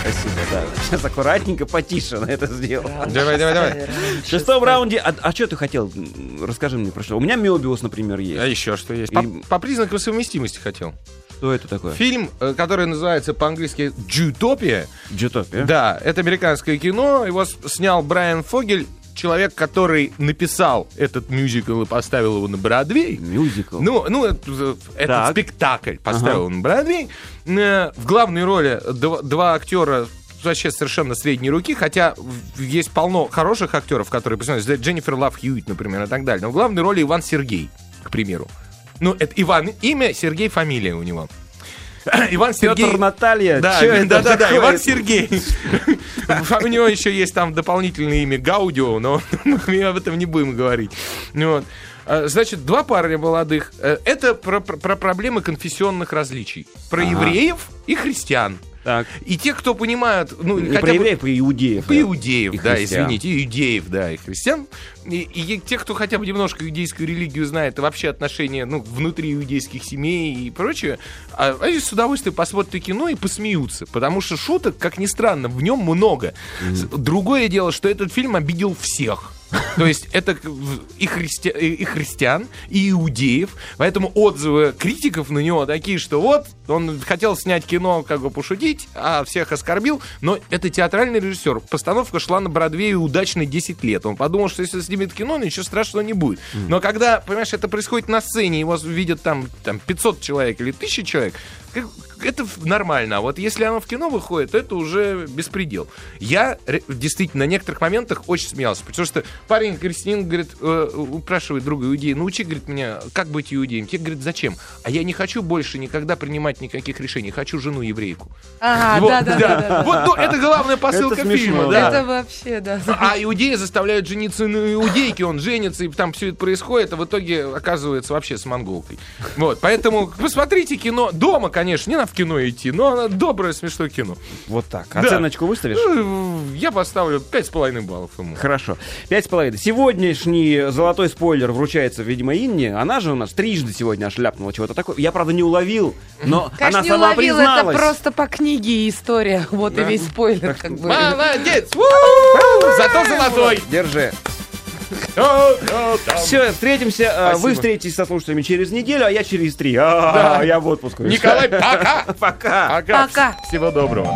Speaker 1: Спасибо, да. Сейчас аккуратненько, потише на это сделал.
Speaker 3: Давай, давай, давай.
Speaker 1: В шестом раунде... А, а что ты хотел? Расскажи мне про что. У меня Мебиус, например,
Speaker 3: А
Speaker 1: есть.
Speaker 3: еще что есть?
Speaker 1: И-
Speaker 3: По, по признакам совместимости хотел.
Speaker 1: Что это такое?
Speaker 3: Фильм, э, который называется по-английски «Джутопия».
Speaker 1: Джутопия.
Speaker 3: Да, это американское кино. Его с- снял Брайан Фогель, человек, который написал этот мюзикл и поставил его на Бродвей.
Speaker 1: Мюзикл.
Speaker 3: Ну, ну это, э, этот
Speaker 1: Так.
Speaker 3: спектакль поставил на Бродвей. Э, В главной роли дв- два актера вообще совершенно средней руки, хотя в- есть полно хороших актеров, которые, представляешь, Дженнифер Лав Хьюитт, например, и так далее. Но в главной роли Иван Сергей, к примеру. Ну, это Иван имя, Сергей фамилия у него. Иван
Speaker 1: Петр
Speaker 3: Сергей...
Speaker 1: Наталья.
Speaker 3: Да,
Speaker 1: чё это
Speaker 3: да, да, да,
Speaker 1: такое?
Speaker 3: Иван Сергей. А У него еще есть там дополнительное имя Гаудио, но мы об этом не будем говорить. Ну вот. А, Значит, два парня молодых. Э, Это про, про- про проблемы конфессионных различий. Про
Speaker 1: Ага.
Speaker 3: евреев и христиан.
Speaker 1: Так.
Speaker 3: И те, кто понимают, ну,
Speaker 1: Не
Speaker 3: хотя
Speaker 1: про
Speaker 3: бы-
Speaker 1: евреев, про иудеев. э,
Speaker 3: по иудеев,
Speaker 1: И
Speaker 3: да,
Speaker 1: христиан.
Speaker 3: извините, и иудеев, да, и христиан. И, и те, кто хотя бы немножко иудейскую религию знает, и вообще отношения ну, внутри иудейских семей и прочее, а- они с удовольствием посмотрят и кино и посмеются, потому что шуток, как ни странно, в нем много. С- Другое дело, что этот фильм обидел всех. То есть это к- в- и, христи- и и христиан, и иудеев. Поэтому отзывы критиков на него такие, что вот, он хотел снять кино, как бы пошутить, а всех оскорбил. Но это театральный режиссер. Постановка шла на Бродвее удачно 10 лет. Он подумал, что если снимет кино, ну, ничего страшного не будет. Но когда, понимаешь, это происходит на сцене, его видят там, там 500 человек или 1000 человек, как- это в- нормально. А вот если оно в кино выходит, то это уже беспредел. Я ре- действительно на некоторых моментах очень смеялся, потому что парень Кристин говорит, э, упрашивает друга иудея, научи, говорит, меня, как быть иудеем. Те говорит, зачем? А я не хочу больше никогда принимать никаких решений, хочу жену еврейку.
Speaker 2: Ага,
Speaker 3: Вот,
Speaker 2: А, да, да, да, да.
Speaker 3: Вот ну, это главная посылка
Speaker 1: Это смешно,
Speaker 3: фильма.
Speaker 1: да.
Speaker 3: Да.
Speaker 2: Это вообще, да.
Speaker 3: А иудеи заставляют жениться на иудейке, он женится, и там все это происходит, а в итоге оказывается вообще с монголкой. Вот, поэтому посмотрите кино. Дома, конечно, не надо в кино идти, но оно доброе, смешное кино.
Speaker 1: Вот так.
Speaker 3: Да.
Speaker 1: Оценочку выставишь?
Speaker 3: Ну, Я поставлю 5,5 баллов ему.
Speaker 1: Хорошо. Пять с половиной. Сегодняшний золотой спойлер вручается, видимо, Инне. Она же у нас трижды сегодня аж ляпнула чего-то такое. Я, правда, не уловил, но
Speaker 2: Конечно,
Speaker 1: она
Speaker 2: не
Speaker 1: сама
Speaker 2: уловил, это
Speaker 1: призналась.
Speaker 2: просто по книге и история. Вот и
Speaker 3: Да.
Speaker 2: весь спойлер, как бы.
Speaker 3: Молодец! Ву! Зато золотой!
Speaker 1: Держи. Все, встретимся. А, Вы встретитесь со слушателями через неделю, а я через три. А, Я в отпуск.
Speaker 3: Николай, пока!
Speaker 1: пока.
Speaker 2: Пока.
Speaker 3: Всего доброго!